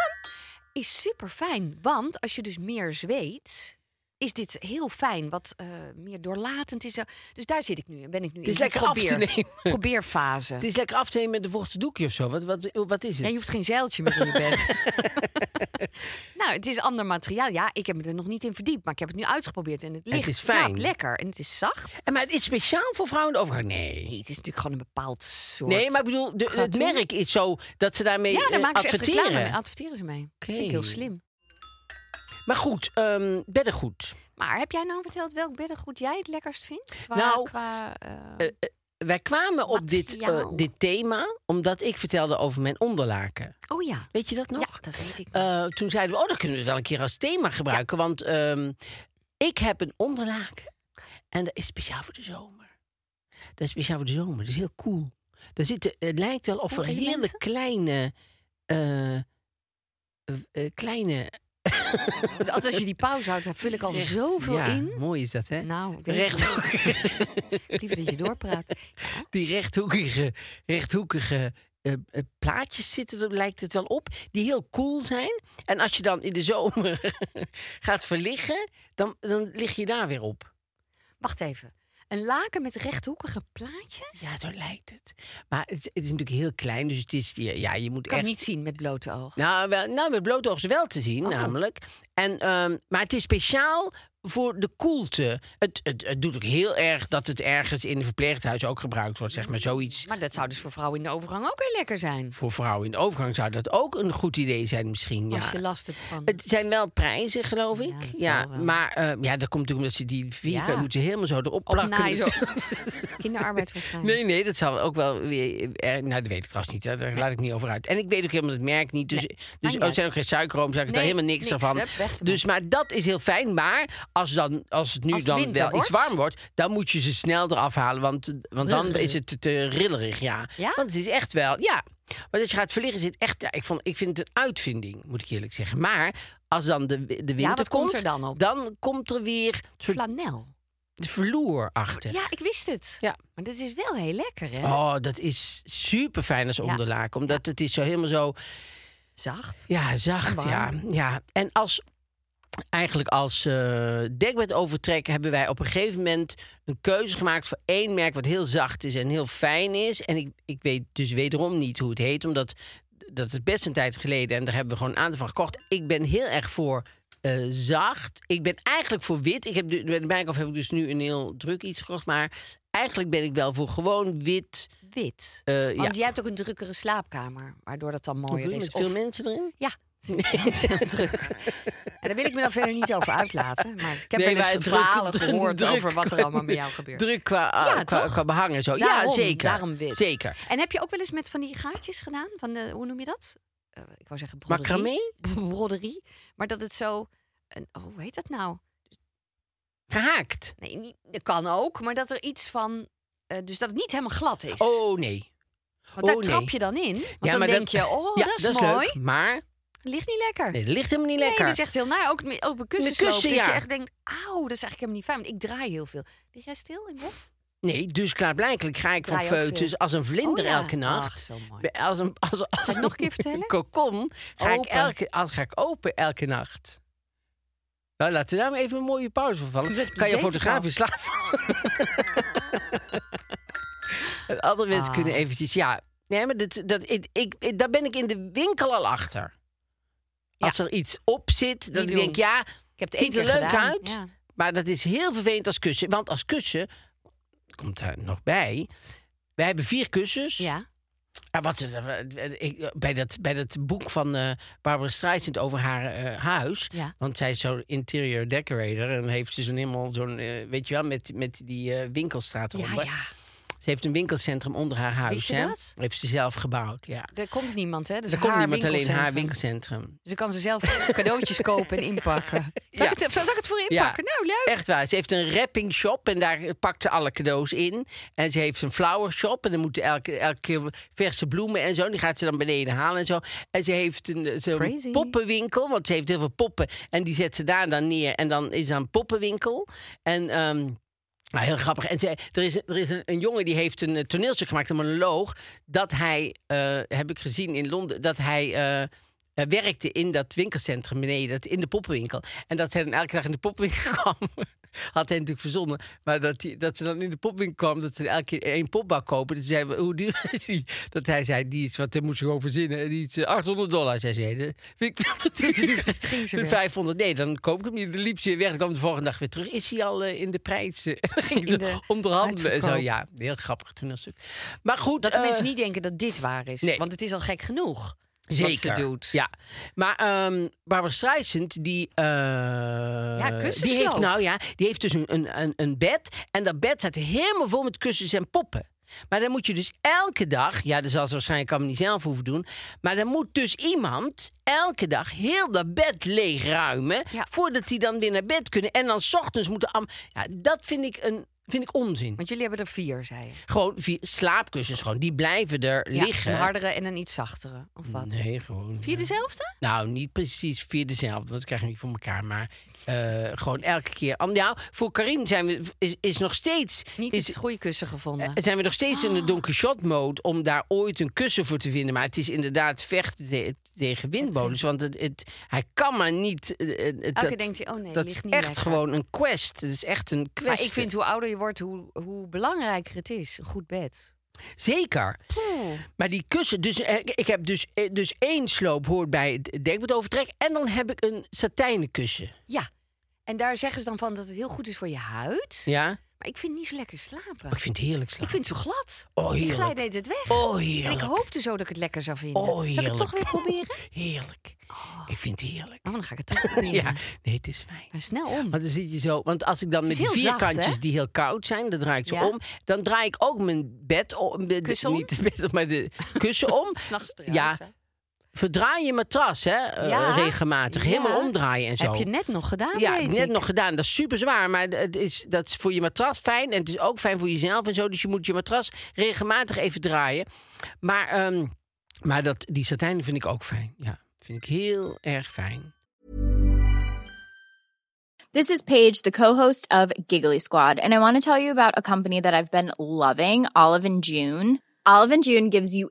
Is super fijn, want als je dus meer zweet, is dit heel fijn, wat eh, meer doorlatend is. Dus daar zit ik nu, ben ik nu in. is die lekker af te probeer- nemen. Probeerfase. Het is lekker af te nemen met een vochtig doekje of zo. Wat, wat, wat is het? Ja, je hoeft geen zeiltje meer in je bed. nou, het is ander materiaal. Ja, ik heb me er nog niet in verdiept, maar ik heb het nu uitgeprobeerd. En het ligt is fijn. knap lekker en het is zacht. En Eh, Maar het is speciaal voor vrouwen in de overgang? Nee. Nee, het is natuurlijk gewoon een bepaald soort... Nee, maar ik bedoel, de- het Katoen? merk is zo dat ze daarmee Ja, daar eh, maken ze echt adverteren. reclame mee. Adverteren ze mee. Oké. Vind ik heel slim. Maar goed, ehm beddengoed. Maar heb jij nou verteld welk beddengoed jij het lekkerst vindt? Qua- Nou, qua, eh, Wij kwamen op dit, eh, Materiaal. dit thema omdat ik vertelde over mijn onderlaken. oh ja. Weet je dat nog? Ja, dat weet ik. Eh, toen zeiden we, oh, dat kunnen we wel een keer als thema gebruiken. Want ehm, ik heb een onderlaken en dat is speciaal voor de zomer. Dat is speciaal voor de zomer. Dat is heel cool. Daar zitten, het lijkt wel of er Coole hele elementen? kleine... eh, eh, eh, kleine... Want altijd als je die pauze houdt, dan vul ik al zoveel ja, in. mooi is dat, hè? Nou, ik weet het niet. Rechthoekige, liever dat je doorpraat. die rechthoekige, rechthoekige eh, eh, plaatjes zitten, er, lijkt het wel op, die heel cool zijn. En als je dan in de zomer gaat verliggen, dan, dan lig je daar weer op. Wacht even. Een laken met rechthoekige plaatjes? Ja, zo lijkt het. Maar het, is- het is natuurlijk heel klein, dus het is, je- ja, je moet Ik kan echt... het niet Oh. zien met blote ogen. Nou, wel, nou, met blote ogen is wel te zien, namelijk. En, ehm, maar het is speciaal voor de koelte. Het, het, het doet ook heel erg dat het ergens in een verpleeghuis ook gebruikt wordt, zeg maar, zoiets. Maar dat zou dus voor vrouwen in de overgang ook heel lekker zijn. Voor vrouwen in de overgang zou dat ook een goed idee zijn, misschien. Ja. Als je last hebt van. Het zijn wel prijzen, geloof dat ik. zal Ja, wel. maar eh, ja, dat komt natuurlijk omdat ze die vierkant Ja. moeten helemaal zo erop Of plakken. naaien zo. Kinderarbeid waarschijnlijk. Nee, nee, dat zal ook wel weer. eh, nou, dat weet ik trouwens niet. Daar daar laat ik niet over uit. En ik weet ook helemaal het merk niet. Dus, dus niet oh, uit. er zijn ook geen suikerroom, dus ik daar Nee, helemaal niks, niks, ervan. hup, weg ermee. Dus, maar dat is heel fijn. Maar als, dan, als het nu Als het dan winter wel wordt? iets warm wordt, dan moet je ze snel eraf halen. Want, want dan is het te rillerig, ja. Ja? Want het is echt wel, ja. Maar als je gaat verliggen, zit echt. Ja, ik, vond, ik vind het een uitvinding, moet ik eerlijk zeggen. Maar als dan de, de winter wat komt er dan op? Dan komt er weer een soort Flanel. vloer achter. Ja, ik wist het. Ja. Maar dat is wel heel lekker, hè? Oh, dat is super fijn als onderlaken. Omdat het is zo helemaal zo Zacht. ja, zacht. Warm. Ja, ja. En als eigenlijk als eh, dekbed overtrekken hebben wij op een gegeven moment een keuze gemaakt voor één merk wat heel zacht is en heel fijn is. En ik, ik weet dus wederom niet hoe het heet, omdat dat is best een tijd geleden en daar hebben we gewoon een aantal van gekocht. Ik ben heel erg voor eh, zacht. Ik ben eigenlijk voor wit. Ik heb de, bij de Mijnkoop heb ik dus nu een heel druk iets gekocht, maar eigenlijk ben ik wel voor gewoon wit. Wit. eh, ja. Want jij hebt ook een drukkere slaapkamer, waardoor dat dan mooier Met is. veel Of- mensen erin? Ja. Ontzettend druk. En daar wil ik me dan verder niet over uitlaten. Maar ik heb Nee, wel eens wij verhalen druk- gehoord druk- over wat er allemaal bij jou gebeurt. Druk qua, ah, Ja, qua, toch? qua behang en zo. ja, Daarom- zeker. Daarom dus. wit. Zeker. En heb je ook wel eens met van die gaatjes gedaan? Van de, hoe noem je dat? Eh, ik wou zeggen broderie. Macramé? Broderie. Maar dat het zo... Een, oh, hoe heet dat nou? Gehaakt. Nee, niet, dat kan ook. Maar dat er iets van... eh, dus dat het niet helemaal glad is. Oh nee. Want daar oh, nee. trap je dan in. Want dan maar denk dat- je, oh, ja, dat is mooi. Leuk, maar Ligt niet lekker. nee, dat ligt helemaal niet lekker. Nee, dat is echt heel naar. Ook met- op een kussen, Met kussen, Dat je ja. echt denkt, auw, dat is eigenlijk helemaal niet fijn. Want ik draai heel veel. Lig jij stil in bed? Nee, dus klaarblijkelijk ga ik van Draai ook foetus veel. als een vlinder Oh, ja. elke nacht. Ach, zo mooi. Bij- Als een, als, als het nog een keer vertellen? kokon ga ik, Open. elke, als, ga ik open elke nacht. Nou, laten we daar maar even een mooie pauze voor vallen. Dat kan je deed fotograaf ik in slaap vallen? En andere mensen Ah. kunnen eventjes... Ja, nee, maar dat, dat, ik, ik, ik- daar ben ik in de winkel al achter. Als er iets op zit, dat Niet ik denk, doen. ja, Ik heb het één ziet er keer leuk gedaan, uit. ja. Maar dat is heel vervelend als kussen. Want als kussen, komt daar nog bij... Wij hebben vier kussens. Ja. Ja, wat ze, eh, ik, bij, dat, bij dat boek van eh Barbara Streisand over haar eh, huis. Ja. Want zij is zo'n interior decorator. En heeft ze zo'n helemaal zo'n, eh, weet je wel, met, met die eh, winkelstraat Ja, eronder. ja. Ze heeft een winkelcentrum onder haar huis. Wist je hè? dat? Heeft ze zelf gebouwd, ja. Er komt niemand, hè? Dus er komt haar niemand, alleen haar winkelcentrum. winkelcentrum. Dus dan kan ze zelf cadeautjes kopen en inpakken. Zal, Ja. ik, het, zal ik het voor je inpakken? Nou, leuk. Echt waar. Ze heeft een wrapping shop en daar pakt ze alle cadeaus in. En ze heeft een flower shop en dan moeten elke, elke keer verse bloemen en zo. En Die gaat ze dan beneden halen en zo. En ze heeft een eh, zo'n Crazy. poppenwinkel, want ze heeft heel veel poppen. En die zet ze daar dan neer en dan is dat een poppenwinkel. En... ehm, nou, heel grappig. En ze, er is, er is een, een jongen die heeft een eh, toneelstuk gemaakt, een monoloog. Dat hij, eh, heb ik gezien in Londen, dat hij eh, eh, werkte in dat winkelcentrum beneden, dat, in de poppenwinkel. En dat hij dan elke dag in de poppenwinkel kwam. Had hij natuurlijk verzonnen. Maar dat, die, dat ze dan in de popwinkel kwam, dat ze elke keer één popbak kopen. Dus zei, hoe duur is die? Dat hij zei, die is, wat hij moest gewoon verzinnen, die is eh, 800 dollar. Zij zei, dat vind ik veel te duur. Ging ze De weer. 500, nee, dan koop ik hem niet. Dan liep ze weer weg, dan kwam de volgende dag weer terug. Is hij al eh, in de prijs? eh, ging In ze de onderhandelen en zo. uitverkoop. Ja, heel grappig toneelstuk. Maar goed, Dat de eh, mensen niet denken dat dit waar is. nee. Want het is al gek genoeg zeker. wat ze doet. Ja, maar ehm Barbara Streisand, die, eh, kussens die heeft ook. nou ja, die heeft dus een, een, een, een bed en dat bed staat helemaal vol met kussens en poppen. Maar dan moet je dus elke dag, ja, dat zal ze waarschijnlijk allemaal niet zelf hoeven doen, maar dan moet dus iemand elke dag heel dat bed leegruimen Ja. voordat die dan weer naar bed kunnen en dan 's ochtends moeten. am- Ja, dat vind ik een vind ik onzin. Want jullie hebben er vier, zei je. Gewoon vier slaapkussens gewoon, die blijven er Ja, liggen. Een hardere en een iets zachtere, of wat? Nee, gewoon. Vier dezelfde? Nou, niet precies vier dezelfde, want dat krijg ik niet voor elkaar. Maar eh, gewoon elke keer. Am- Nou, voor Karim zijn we, is, is nog steeds. Niet Ah. is, het goede kussen gevonden. eh, zijn we nog steeds in de donker shot mode om daar ooit een kussen voor te vinden. Maar het is inderdaad vechten te- tegen windmolens. Want het, het, hij kan maar niet. eh, eh, het- keer dat- denkt hij, oh nee, dat ligt is niet echt lekker. gewoon een quest. Het is echt een quest. maar ik vind hoe ouder je wordt, hoe, hoe belangrijker het is. Een goed bed. Zeker. Maar die kussen, dus eh, ik heb dus, eh, dus één sloop hoort bij het dekbedovertrek. En dan heb ik een satijnen kussen. Ja. En daar zeggen ze dan van dat het heel goed is voor je huid. Ja? Maar ik vind het niet zo lekker slapen. Ik vind het heerlijk Ik slapen. vind het zo glad. Oh, ik heerlijk. glijd deed het weg. Oh, en ik heerlijk. hoopte zo dat ik het lekker zou vinden. Oh, zou ik het toch weer heerlijk. proberen? Heerlijk. Ik vind het heerlijk. Oh, dan ga ik het toch proberen. Ja, nee, het is fijn. Maar snel om. Want dan zit je zo, want als ik dan met is die heel zacht, vierkantjes hè? die heel koud zijn, dan draai ik ze Ja. om. Dan draai ik ook mijn bed om, de- de- Kussen om? niet het bed, maar de kussen om. S'nachts trouwens, ja, hè. verdraai je matras, hè, eh, Ja. regelmatig, helemaal Ja. omdraaien en zo. Heb je net nog gedaan, Ja, Ah, weet net ik. nog gedaan. Dat is super zwaar, maar het is, dat is voor je matras fijn. En het is ook fijn voor jezelf en zo. Dus je moet je matras regelmatig even draaien. Maar, ehm, maar dat, die satijnen vind ik ook fijn. Ja, vind ik heel erg fijn. This is Paige, the co-host of Giggly Squad, and I want to tell you about a company that I've been loving, Olive and June. Olive and June gives you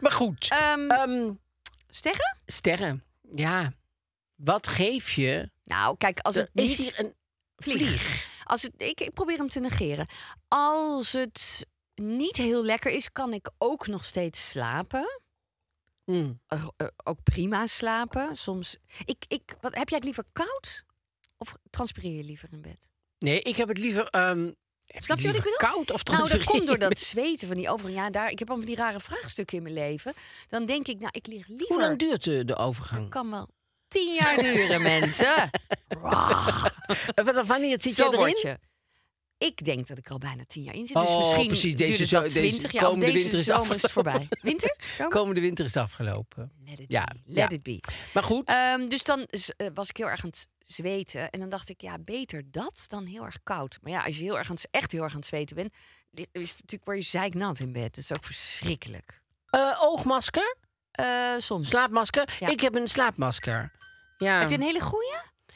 Maar goed, Ehm, ehm, Sterren? sterren. Ja, wat geef je? Nou, kijk, als het Er is niet... hier een vlieg. vlieg. Als het, ik, ik probeer hem te negeren. Als het niet heel lekker is, kan ik ook nog steeds slapen. Mm. Eh, eh, ook prima slapen. Soms. Ik, ik, wat, heb jij het liever koud? Of transpireer je liever in bed? Nee, ik heb het liever... ehm, heb Snap je wat ik liever bedoel? Koud of Nou, dat komt door dat transpireerd? zweten van die over. Ja, daar, ik heb al van die rare vraagstukken in mijn leven. Dan denk ik, nou, ik lig liever. Hoe lang duurt de, de overgang? Dat kan wel tien jaar duren, mensen. Rah. Eh, Vanaf wanneer zit Zo jij erin? word je. Ik denk dat ik er al bijna tien jaar in zit. Oh, Dus misschien precies, duurt deze het zo- wel deze 20 jaar. Of komende deze winter is zomer is het afgelopen. voorbij. Winter? Zomer? Komende winter is het afgelopen. Let it Ja, be. Let ja. it be. Maar goed, Ehm, dus dan z- eh, was ik heel erg aan het zweten. En dan dacht ik, ja, beter dat dan heel erg koud. Maar ja, als je heel erg aan het, echt heel erg aan het zweten bent... li- is het natuurlijk waar je zeiknat in bed. Dat is ook verschrikkelijk. eh, oogmasker, Eh, soms. slaapmasker. Ja. Ik heb een slaapmasker. Ja. Heb je een hele goeie?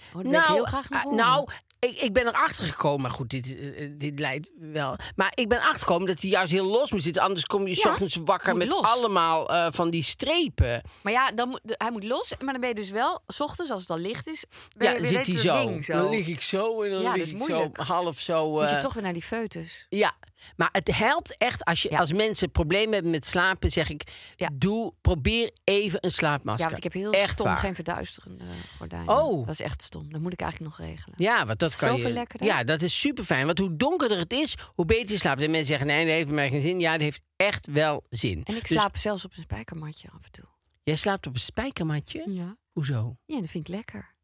Oh, dat wil ik heel graag naar eh, horen. nou, ik, ik ben erachter gekomen. Maar goed, dit, eh, eh, dit leidt wel. Maar ik ben achtergekomen dat hij juist heel los moet zitten. Anders kom je Ja, ochtends wakker moet met los. allemaal eh, van die strepen. Maar ja, dan moet, hij moet los. Maar dan ben je dus wel, s ochtends als het al licht is... ben ja, je- zit weet hij het zo. ding zo. Dan lig ik zo en dan Ja, dat lig is ik moeilijk. zo half zo. Moet je eh, toch weer naar die foetus. Ja, maar het helpt echt als, je, Ja. als mensen problemen hebben met slapen. Zeg ik, Ja. doe, probeer even een slaapmasker. Ja, want ik heb heel echt stom waar. geen verduisterende eh, gordijnen. Oh. Dat is echt stom. Dat moet ik eigenlijk nog regelen. Ja, want dat kan Zoveel je. lekkerder. Ja, dat is super fijn. Want hoe donkerder het is, hoe beter je slaapt. En mensen zeggen: nee, dat heeft bij mij geen zin. Ja, dat heeft echt wel zin. En ik Dus slaap zelfs op een spijkermatje af en toe. jij slaapt op een spijkermatje? Ja. Hoezo? Ja, dat vind ik lekker.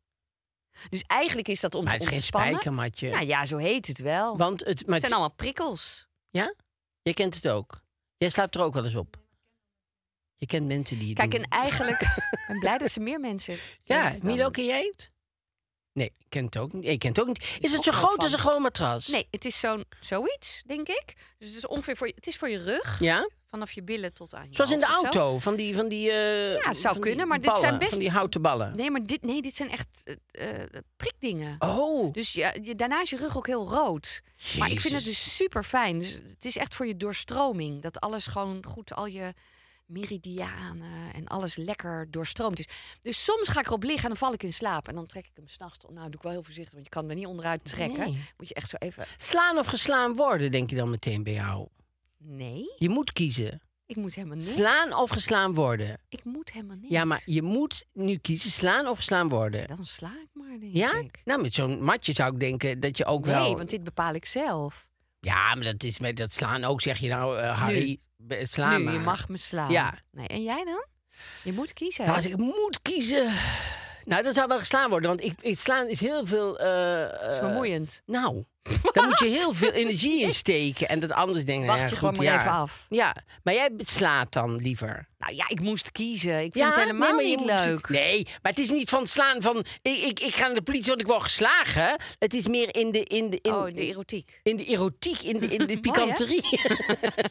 Dus eigenlijk is dat om maar te het is geen ontspannen. spijkermatje. Nou ja, zo heet het wel. Want het, maar het zijn het- allemaal prikkels. Ja? Jij kent het ook. Jij slaapt er ook wel eens op. Je kent mensen die het Kijk, doen. en eigenlijk... ik ben blij dat ze meer mensen... Ja, weten dan- Milo, ken jij het? Nee, ik ken het ook niet. Ik ken het ook niet. Is het ook zo wel groot als van. een gewoon matras? Nee, het is zo'n zoiets, denk ik. Dus het is ongeveer voor je, het is voor je rug. Ja? Vanaf je billen tot aan je Zoals in de hoofd Nou, of zo. auto, van die... Van die eh, Ja, het zou van die kunnen, maar dit ballen, zijn best- Van die houten ballen. Nee, maar dit, nee, dit zijn echt eh, eh, prikdingen. Oh, Dus ja, je, daarna is je rug ook heel rood. Maar ik vind het Jezus. dus super fijn. Dus het is echt voor je doorstroming. Dat alles gewoon goed, al je meridianen en alles lekker doorstroomd is. Dus soms ga ik erop liggen en dan val ik in slaap. En dan trek ik hem s'nachts op. Nou, doe ik wel heel voorzichtig, want je kan me niet onderuit trekken. Nee. Moet je echt zo even... slaan of geslaan worden, denk je dan meteen bij jou. Nee, Je moet kiezen. ik moet helemaal niks. Slaan of geslaan worden. Ik moet helemaal niks. Ja, maar je moet nu kiezen, slaan of geslaan worden. Dan sla ik maar, denk Ja? ik. Nou, met zo'n matje zou ik denken dat je ook Nee, wel... want dit bepaal ik zelf. Ja, maar dat is met dat slaan ook, zeg je nou, eh, Harry, be- sla nu, maar. je mag me slaan. Ja. Nee, en jij dan? Je moet kiezen. Nou, als ik moet kiezen... Nou, dat zou wel geslaan worden, want ik, ik slaan is heel veel... eh, Dat is eh, vermoeiend. Nou, daar moet je heel veel energie in steken. En dat anders denken, Wacht Eh, ja, je goed, gewoon maar ja. even af. Ja, maar jij slaat dan liever. Nou ja, ik moest kiezen. Ik ja, vind het helemaal nee, maar je niet moet- leuk. Nee, maar het is niet van slaan van... Ik, ik, ik ga naar de politie, want ik word geslagen. Het is meer in de... In de in, Oh, de erotiek. in de erotiek, in de, in de pikanterie.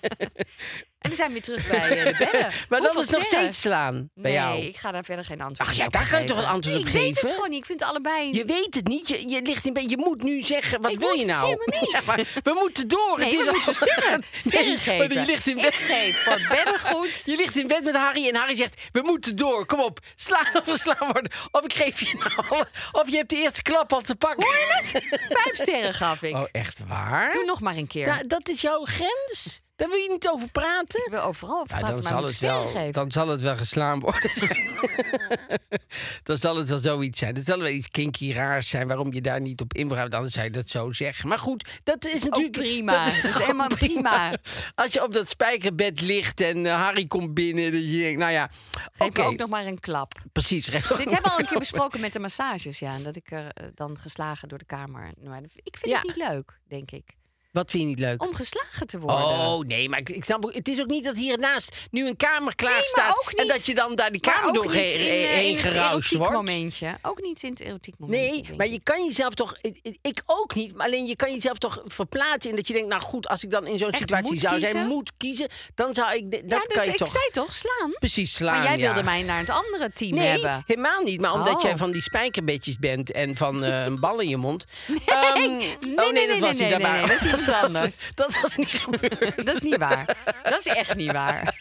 En dan zijn we weer terug bij eh, de bedden. maar Hoeveel dan is het nog sterren? steeds slaan bij nee, jou. ik ga daar verder geen antwoord Ach ja, op daar kan je geven. toch een antwoord Nee, op Ik weet het geven? gewoon niet. Ik vind het allebei... Je weet het niet. Je, je ligt in bed. Je moet nu zeggen. Wat Ik wil moet je nou? helemaal niet. Ja, maar we moeten door. Nee, het is we al- moeten sterren, sterren Nee, geven. maar je ligt in Ik bed. geef voor beddengoed. Je ligt in bed met Harry en Harry zegt: We moeten door. Kom op, slaan of we slaan worden. Of ik geef je nou. alle- Of je hebt de eerste klap al te pakken. Hoor je Vijf sterren gaf ik. Oh, echt waar? Doe nog maar een keer. Da- dat is jouw grens. Daar wil je niet over ik praten. wil overal Nou, over praten, maar moet ik sterren geven. dan zal het wel geslaan worden. dan zal het wel zoiets zijn. Dat zal wel iets kinky raars zijn waarom je daar niet op inbruikt. Anders zou je dat zo zeggen. Maar goed, dat is natuurlijk... prima. Dat is ook helemaal prima. Als je op dat spijkerbed ligt en eh, Harry komt binnen... dat je denkt, nou ja, Geef oké, me ook nog maar een klap. precies. Recht Dit hebben we al een keer besproken met de massages, ja. En dat ik er eh, dan geslagen door de kamer... Maar ik vind Ja. het niet leuk, denk ik. Wat vind je niet leuk? Om geslagen te worden. Oh, nee, maar ik, ik snap ook- Het is ook niet dat hiernaast nu een kamer klaar staat... ook niet- en dat je dan daar die Maar kamer ook doorheen niet in, eh, in heen het geruisd erotiek wordt. momentje. Ook niet in het erotiek momentje. Nee, denk maar ik. je kan jezelf toch... ik- ik- Ik ook niet, maar alleen je kan jezelf toch verplaatsen... in dat je denkt, nou goed, als ik dan in zo'n Echt situatie moet zou kiezen? zijn... moet kiezen, dan zou ik... de- Dat ja, dus kan je ik toch zei toch slaan. precies slaan. maar jij ja. wilde mij naar het andere team Nee, hebben. helemaal niet. Maar omdat Oh. jij van die spijkerbedjes bent en van eh, een bal in je mond. Nee, nee, oh nee, nee, dat was nee, niet nee, daarbij. nee, dat is iets was- anders. Dat was niet gebeurd. Dat is niet waar. Dat is echt niet waar.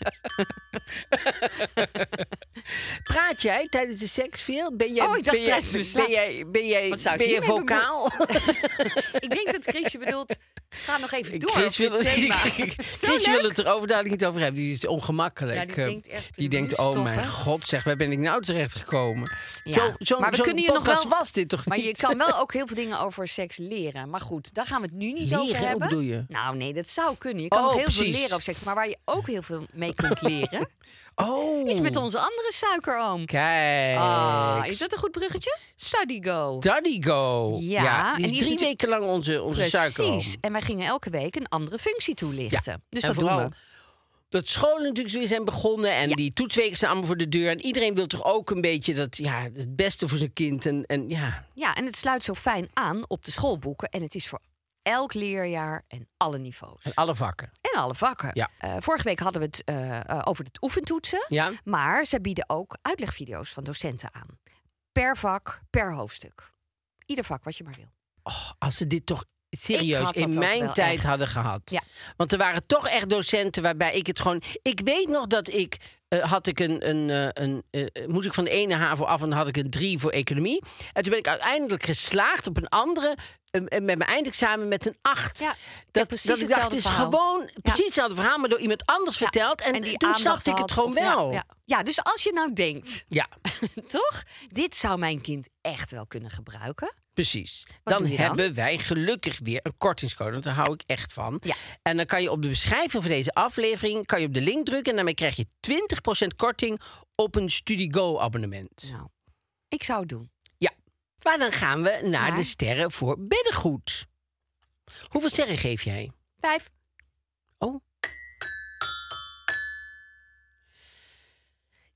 Praat jij tijdens de seks veel? Ben jij, Oh, ik dacht ben jij, tijdens mijn slaap. Ben jij, ben jij, Wat zou ben het jij hiermee bemoeien? vocaal? Ik denk dat Chrisje bedoelt, ga nog even door Chris op dit wil, thema. Zo Chris wil leuk. het er overduidelijk niet over hebben. Die is Ja, ongemakkelijk. die Eh, denkt echt, die we denkt, moeten oh stoppen. mijn god, zeg, waar ben ik nou terechtgekomen? Ja, Zo, zo, maar we zo'n kunnen je nog podcast wel- was dit toch Maar niet? je kan wel ook heel veel dingen over seks leren. Maar goed, daar gaan we het nu niet over Leren, hoe hebben. bedoel je? Nou nee, dat zou kunnen. Je kan Oh, nog heel veel precies. leren over seks. Maar waar je ook heel veel mee kunt leren... Oh, is met onze andere suikeroom. kijk. Ah, is dat een goed bruggetje? Study go. Daddy Go. Ja, en die die is is drie natuurlijk- weken lang onze, onze Precies. suikeroom. En wij gingen elke week een andere functie toelichten. Ja, Dus en dat doen vooral we. Dat scholen natuurlijk weer zijn begonnen en die toetsweken staan allemaal voor de deur. En iedereen wil toch ook een beetje dat, ja, het beste voor zijn kind. En, en ja, Ja, en het sluit zo fijn aan op de schoolboeken. En het is voor elk leerjaar en alle niveaus. en alle vakken. En alle vakken. Ja. Eh, vorige week hadden we het eh, eh, over het oefentoetsen. Ja. Maar ze bieden ook uitlegvideo's van docenten aan. Per vak, per hoofdstuk. Ieder vak wat je maar wil. Als ze dit toch Ik serieus had dat in ook mijn wel tijd echt. hadden gehad. Ja. Want er waren toch echt docenten waarbij ik het gewoon... Ik weet nog dat ik... eh, had ik een, een, eh, een, eh, moest ik van de ene HAVO af en dan had ik een drie voor economie. En toen ben ik uiteindelijk geslaagd op een andere... eh, eh, met mijn eindexamen met een acht. Ja, ik heb dat, precies dat ik dacht, het hetzelfde is verhaal. gewoon Ja. precies hetzelfde verhaal... maar door iemand anders verteld. En, die toen aandacht snapte ik had, het gewoon of- ja, wel. Ja, ja, dus als je nou denkt, ja. toch? Dit zou mijn kind echt wel kunnen gebruiken. Precies. Wat dan doe je dan? hebben wij gelukkig weer een kortingscode. Want daar hou ik echt van. Ja. En dan kan je op de beschrijving van deze aflevering... kan je op de link drukken en daarmee krijg je 20% korting... op een StudiGo-abonnement. Nou, ik zou het doen. Ja. Maar dan gaan we naar Maar? de sterren voor beddengoed. Hoeveel sterren geef jij? Vijf. Oh.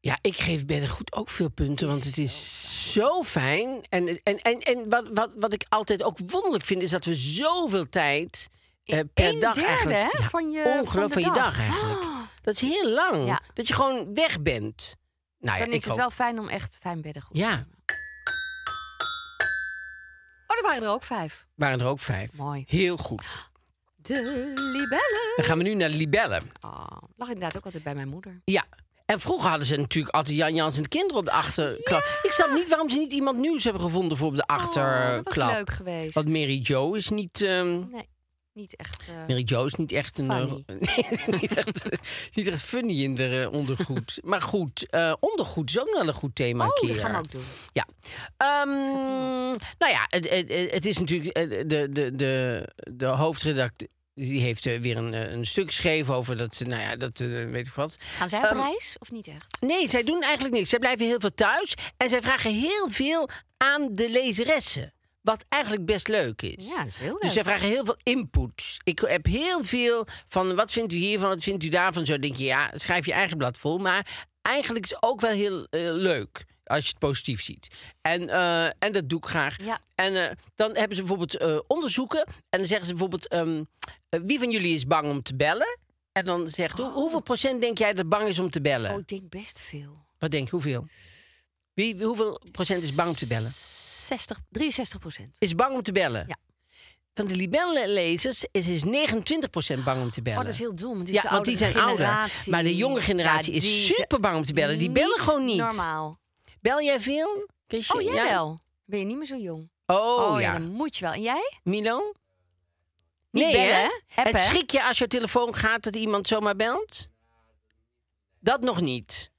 Ja, ik geef beddengoed ook veel punten, want het is zo fijn. En, en, en, en wat, wat, wat ik altijd ook wonderlijk vind, is dat we zoveel tijd eh, per Een dag derde, eigenlijk... hè, van je- ongelooflijk, van de van je dag. Ah. dag eigenlijk. Dat is heel lang, Ja. dat je gewoon weg bent. Nou ja, Dan ik is het hoop- wel fijn om echt fijn bedden goed te Ja, hebben. Oh, er waren er ook vijf. waren er ook vijf. Mooi. Heel goed. De libellen. Dan gaan we nu naar de libellen. Oh, lag inderdaad ook altijd bij mijn moeder. Ja. En vroeger hadden ze natuurlijk altijd Jan Jans en de kinderen op de achterklap. Ik snap niet waarom ze niet iemand nieuws hebben gevonden voor op de Oh, dat achterklap. was leuk geweest. Want Mary Jo is niet. ehm, Nee, niet echt. eh, Mary Jo is niet echt een. eh, Funny. nee, is niet echt, is niet echt funny in de eh, ondergoed. maar goed, eh, ondergoed is ook wel een goed thema. een Oh, keer. dat gaan we ook doen. Ja. Ehm, nou ja, het, het, het is natuurlijk eh, de, de, de, de hoofdredacteur. Die heeft eh, weer een, eh, een stuk geschreven over dat, eh, nou ja, dat eh, weet ik wat. Gaan zij op reis of niet echt? Nee, zij doen eigenlijk niks. Zij blijven heel veel thuis en zij vragen heel veel aan de lezeressen. Wat eigenlijk best leuk is. Ja, dat is heel leuk. Dus zij vragen heel veel input. Ik heb heel veel van wat vindt u hiervan, wat vindt u daarvan. Zo Dan denk je, ja, schrijf je eigen blad vol. Maar eigenlijk is het ook wel heel eh, leuk als je het positief ziet. En, eh, en dat doe ik graag. Ja. En eh, dan hebben ze bijvoorbeeld eh, onderzoeken. En dan zeggen ze bijvoorbeeld, ehm, eh, wie van jullie is bang om te bellen? En dan zegt, hoe- hoeveel procent denk jij dat bang is om te bellen? Oh, ik denk best veel. Wat denk je, hoeveel? Wie, wie- hoeveel procent is bang om te bellen? 60, 63 procent. Oh, Is bang om te bellen? Ja. Van de libellenlezers is, is 29 procent bang om te bellen. Oh, dat is heel dom. Het is ja, de want die zijn oudere ouder. generatie. Maar de jonge generatie Ja, die is ze- super bang om te bellen. Die bellen gewoon niet. Normaal. Bel jij veel? Chrisje? Oh, jij Ja? wel. Ben je niet meer zo jong? Oh, ja. ja. dan moet je wel. En jij? Milo? Niet nee, bellen, hè? hè? Appen, Het hè? schrik je als je telefoon gaat dat iemand zomaar belt? Dat nog niet.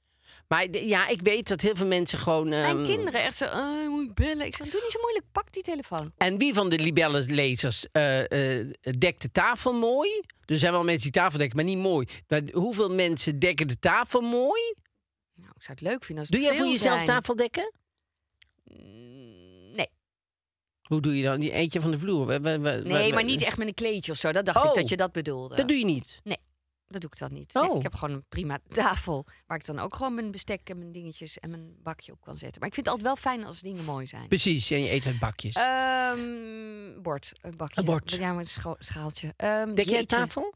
Maar de- ja, ik weet dat heel veel mensen gewoon... Mijn ehm, kinderen echt zo, eh, moet ik bellen? Ik zeg, doe niet zo moeilijk, pak die telefoon. En wie van de libellenlezers eh, eh, dekt de tafel mooi? Er zijn wel mensen die tafel dekken, maar niet mooi. Maar hoeveel mensen dekken de tafel mooi? Nou, ik zou het leuk vinden als Doe het jij voor veel jezelf zijn. tafel dekken? Nee, Hoe doe je dan? Die eentje van de vloer? Wa- wa- wa- nee wa- maar niet echt met een kleedje of zo. Dat dacht Oh. ik dat je dat bedoelde. Dat doe je niet. Nee, dat doe ik dan niet. Nee, Oh. ik heb gewoon een prima tafel waar ik dan ook gewoon mijn bestek en mijn dingetjes en mijn bakje op kan zetten. Maar ik vind het altijd wel fijn als dingen mooi zijn. Precies, en je eet uit bakjes. Ehm, bord, een bakje. Een bord. Ja, maar een scho- schaaltje. Ehm Dek jij jeetje. tafel?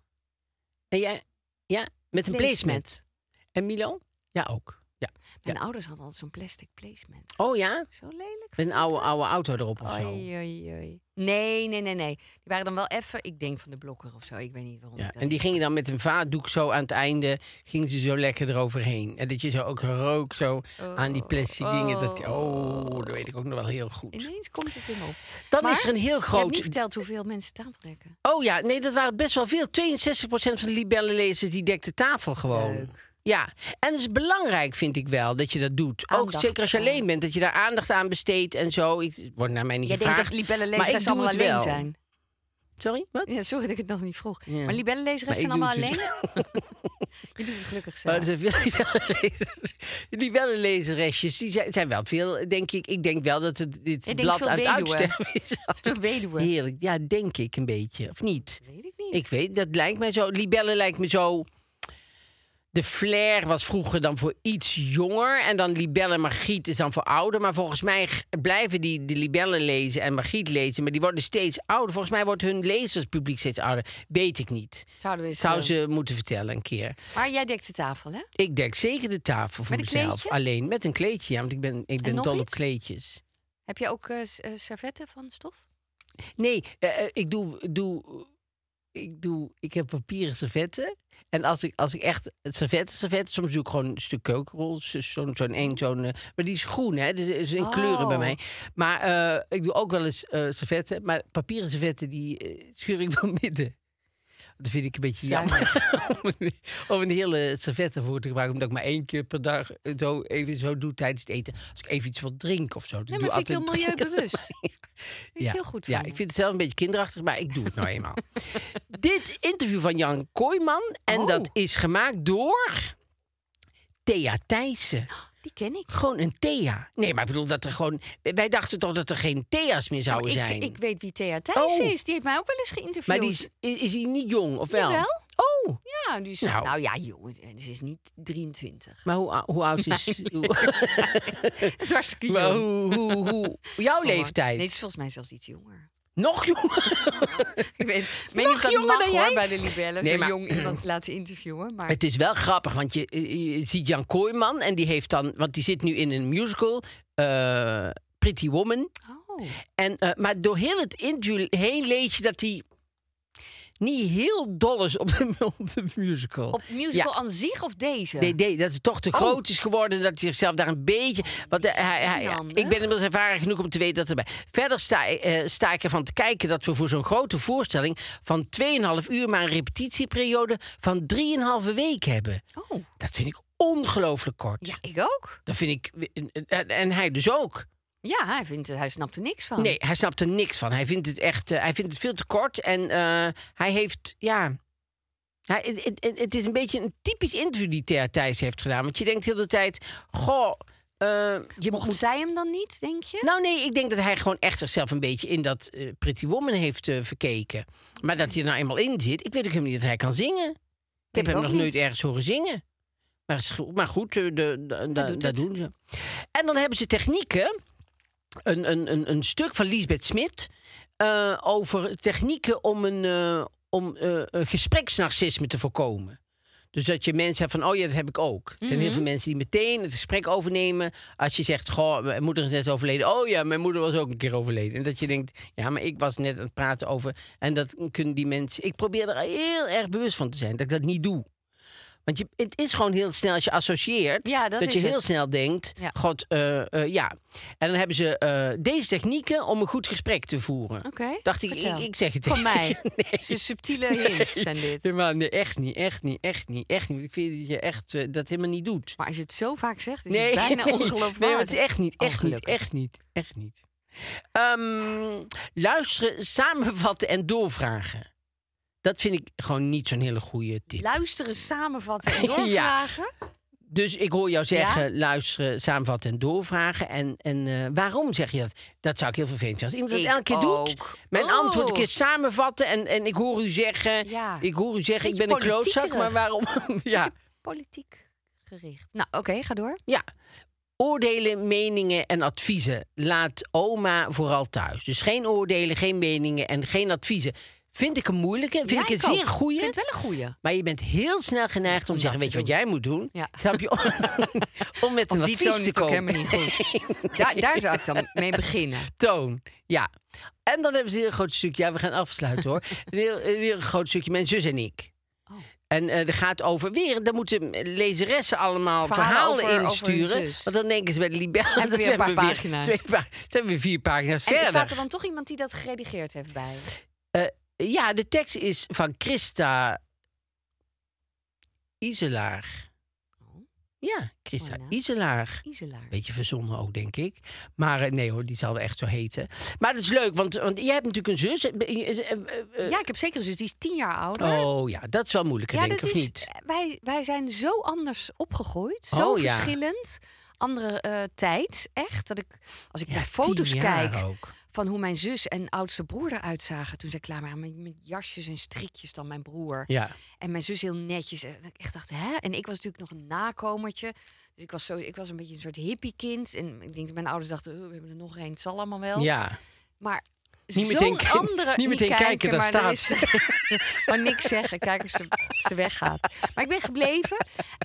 En jij? Ja, met een Placemat. placemat. En Milo? Ja, ook. Ja. Mijn Ja. ouders hadden altijd zo'n plastic placement. Oh ja? Zo lelijk. Met een oude, oude auto erop of zo. Oei, oei, oei. Nee, nee, nee, nee. Die waren dan wel even, ik denk van de blokker of zo. Ik weet niet waarom. Ja, ik dat en die deed. gingen dan met een vaatdoek zo aan het einde, gingen ze zo lekker eroverheen. En dat je zo ook rook zo aan die plastic dingen. Dat, oh, dat weet ik ook nog wel heel goed. Ineens komt het in me op. Dan Maar is er een heel Je hebt groot... niet verteld hoeveel mensen tafel dekken. Oh ja, nee, dat waren best wel veel. 62% van de libellenlezers die dekt de tafel gewoon. Ja, en het is belangrijk, vind ik wel, dat je dat doet. ook Aandacht zeker als je aan. alleen bent, dat je daar aandacht aan besteedt en zo. Ik het wordt naar mij niet Jij denkt gevraagd. dat libellen maar ik lezers doe allemaal het alleen wel. zijn. Sorry, wat? Ja, sorry dat ik het nog niet vroeg. Ja. Maar libellenlezeres Maar zijn ik doe allemaal alleen. het je doet het gelukkig Maar zelf. er zijn veel libellenlezers. Libellenlezeresjes, die zijn, zijn wel veel, denk ik. Ik denk wel dat het, dit denk blad veel aan het weduwen. uitsterven is. Veel weduwen. Heerlijk, ja, denk ik een beetje. Of niet? Weet ik niet. Ik weet, dat lijkt mij zo. Libellen lijkt me zo. De flair was vroeger dan voor iets jonger. En dan Libelle en Margriet is dan voor ouder. Maar volgens mij g- blijven die de Libellen lezen en Margriet lezen. Maar die worden steeds ouder. Volgens mij wordt hun lezerspubliek steeds ouder. Weet ik niet. Zouden we eens, Zou eh, ze moeten vertellen een keer. Maar jij dekt de tafel, hè? Ik dek zeker de tafel voor Met een mezelf. kleedje? Alleen met een kleedje. Ja, want ik ben, ik ben nog dol op iets? kleedjes. Heb jij ook eh, s- eh, servetten van stof? Nee, eh, eh, ik doe, doe, ik doe, ik heb papieren servetten. En als ik, als ik echt het servetten, servetten, soms doe ik gewoon een stuk keukenrol, zo- zo'n zo'n één, zo'n, eh, maar die is groen, hè? Dus is in kleuren bij Oh. mij. Maar eh, ik doe ook wel eens eh, servetten, maar papieren servetten die eh, schuur ik door midden. Dat vind ik een beetje jammer. om, een, om een hele servet ervoor te gebruiken. Omdat ik maar één keer per dag eh, zo, even zo doe tijdens het eten. Als ik even iets wil drinken of zo. dan Nee, doe maar vind ik heel altijd een drink- milieubewust. Vind ik heel goed van ja, je. ik vind het zelf een beetje kinderachtig, maar ik doe het nou eenmaal. Dit interview van Jan Kooijman. En Oh. dat is gemaakt door Thea Thijssen. Die ken ik. Gewoon een Thea. Nee, maar ik bedoel dat er gewoon... Wij dachten toch dat er geen Thea's meer Maar zouden Nou, ik, zijn. ik weet wie Thea Thijs Oh. is. Die heeft mij ook wel eens geïnterviewd. maar die is, is, is hij niet jong, of wel? Jawel. Oh, Ja, die is, Nou. nou. ja, jongen, ze is niet 23. maar hoe, hoe oud is... hoe- Dat is hartstikke jong. maar hoe, hoe, hoe- jouw Oh, man. leeftijd? Nee, het is volgens mij zelfs iets jonger. Nog jonger? Ik weet, ik weet Nog niet of dat jonger mag dan hoor, jij? bij de libellen. Nee, zo maar- jong iemand laten interviewen. Maar Het is wel grappig, want je, je- je ziet Jan Kooijman en die heeft dan, want die zit nu in een musical, eh, Pretty Woman. oh, En, eh, maar door heel het interview heen lees je dat hij niet heel dol is op de, op de musical. op Oh. musical aan zich of deze? Nee, nee, dat het toch te groot is geworden. Dat hij zichzelf daar een beetje. Want eh, hij, hij- niet ja, handig. ik ben inmiddels ervaren genoeg om te weten dat erbij. Verder sta, eh, sta ik ervan te kijken dat we voor zo'n grote voorstelling van 2,5 uur maar een repetitieperiode van 3,5 week hebben. Oh, Dat vind ik ongelooflijk kort. ja, ik ook. Dat vind ik. eh, En, en hij dus ook. Ja, hij, vindt, het- hij snapt er niks van. Nee, hij snapt er niks van. Hij vindt het echt. eh, hij vindt het veel te kort. En eh, hij heeft. Ja. Hij, het, het- het, het is een beetje een typisch interview die Thea Thijs heeft gedaan. Want je denkt heel de tijd. Goh. eh, je Mocht moet. zij hem dan niet, denk je? Nou nee, ik denk dat hij gewoon echt zichzelf een beetje in dat eh, Pretty Woman heeft eh, verkeken. Maar dat hij er nou eenmaal in zit, ik weet ook helemaal niet dat hij kan zingen. Ik heb ik hem ook nog niet. nooit ergens horen zingen. Maar, is go- maar goed, eh, de, de- da- doet dat het. doen ze. En dan hebben ze technieken. Een, een, een, een stuk van Lisbeth Smit eh, over technieken om een eh, om, eh, een gespreksnarcisme te voorkomen. Dus dat je mensen hebt van, oh ja, dat heb ik ook. Er zijn Mhm. heel veel mensen die meteen het gesprek overnemen. Als je zegt, goh, mijn moeder is net overleden. Oh ja, mijn moeder was ook een keer overleden. En dat je denkt, ja, maar ik was net aan het praten over. En dat kunnen die mensen... Ik probeer er heel erg bewust van te zijn, dat ik dat niet doe. Want je, het is gewoon heel snel als je associeert. Ja, dat is je heel het. snel denkt, Ja. god, eh, eh, ja. En dan hebben ze eh, deze technieken om een goed gesprek te voeren. Oké, Dacht ik, ik, vertel. ik zeg het Van even. mij. Nee. Dus subtiele hints zijn dit. Helemaal, nee, echt niet, echt niet, echt niet, echt niet. Ik vind dat je echt eh, dat helemaal niet doet. Maar als je het zo vaak zegt, is het bijna nee, ongelooflijk. Nee, maar het is echt niet, echt niet, Ongelukkig. echt niet, echt niet. Ehm, luisteren, samenvatten en doorvragen. Dat vind ik gewoon niet zo'n hele goede tip. Luisteren, samenvatten en Ja. doorvragen. Dus ik hoor jou zeggen, luisteren, samenvatten en doorvragen. En, en eh, waarom zeg je dat? Dat zou ik heel vervelend vinden. Als iemand Ik dat elke keer doet. ook. Mijn Oh. antwoord een keer samenvatten. En, en ik hoor u zeggen, Ja. ik, hoor u zeggen ik Beetje ben een klootzak. Maar politiekerig. waarom? ja. Politiek gericht. Nou, oké, ga door. Ja. Oordelen, meningen en adviezen. Laat oma vooral thuis. Dus geen oordelen, geen meningen en geen adviezen. Vind ik een moeilijke. Vind Ja, ik een ook. zeer goeie. Ik vind het wel een goeie. Maar je bent heel snel geneigd om te zeggen: dat Weet je te wat doen. jij moet doen? Ja. Snap je? om met een Want die advies toon te is ook komen. helemaal niet goed. daar, daar zou ik dan mee beginnen. toon. Ja. En dan hebben ze een heel groot stukje. Ja, we gaan afsluiten hoor. Een heel, een heel groot stukje. Mijn zus en ik. Oh. En eh er gaat over weer. Dan moeten lezeressen allemaal Verhalen verhalen, over- over insturen. hun zus. want dan denken ze bij de Libellen. Heb je dat weer een zijn paar we pagina's. Weer, twee pa- dan hebben we vier pagina's En verder. staat er dan toch iemand die dat geredigeerd heeft bij? Ja, de tekst is van Christa Iselaar. Ja, Christa Oh. Mooi naam. Iselaar. Iselaar. Beetje verzonnen ook, denk ik. Maar eh, nee hoor, die zal wel echt zo heten. Maar dat is leuk, want, want jij hebt natuurlijk een zus. Eh, eh, eh, eh, Ja, ik heb zeker een zus. Die is tien jaar ouder. Oh ja, dat is wel moeilijker, denk ik, dat of is, niet? Wij, wij zijn zo anders opgegroeid. Zo Oh, ja. verschillend. Andere eh, tijd, echt. Dat ik, als ik Ja, naar foto's tien jaar kijk ook. van hoe mijn zus en oudste broer eruit zagen... toen zij klaar waren met, met jasjes en strikjes dan mijn broer. Ja. En mijn zus heel netjes. En dat ik echt dacht, hè? En ik was natuurlijk nog een nakomertje. Dus ik was, zo, ik was een beetje een soort hippiekind. En ik denk dat mijn ouders dachten, "Oh, we hebben er nog één. Het zal allemaal wel. Ja. Maar Niet meteen, zo'n ki- andere, niet meteen kijken, daar maar er staat ze. is- maar niks zeggen, kijk of ze, of ze weggaat. Maar ik ben gebleven.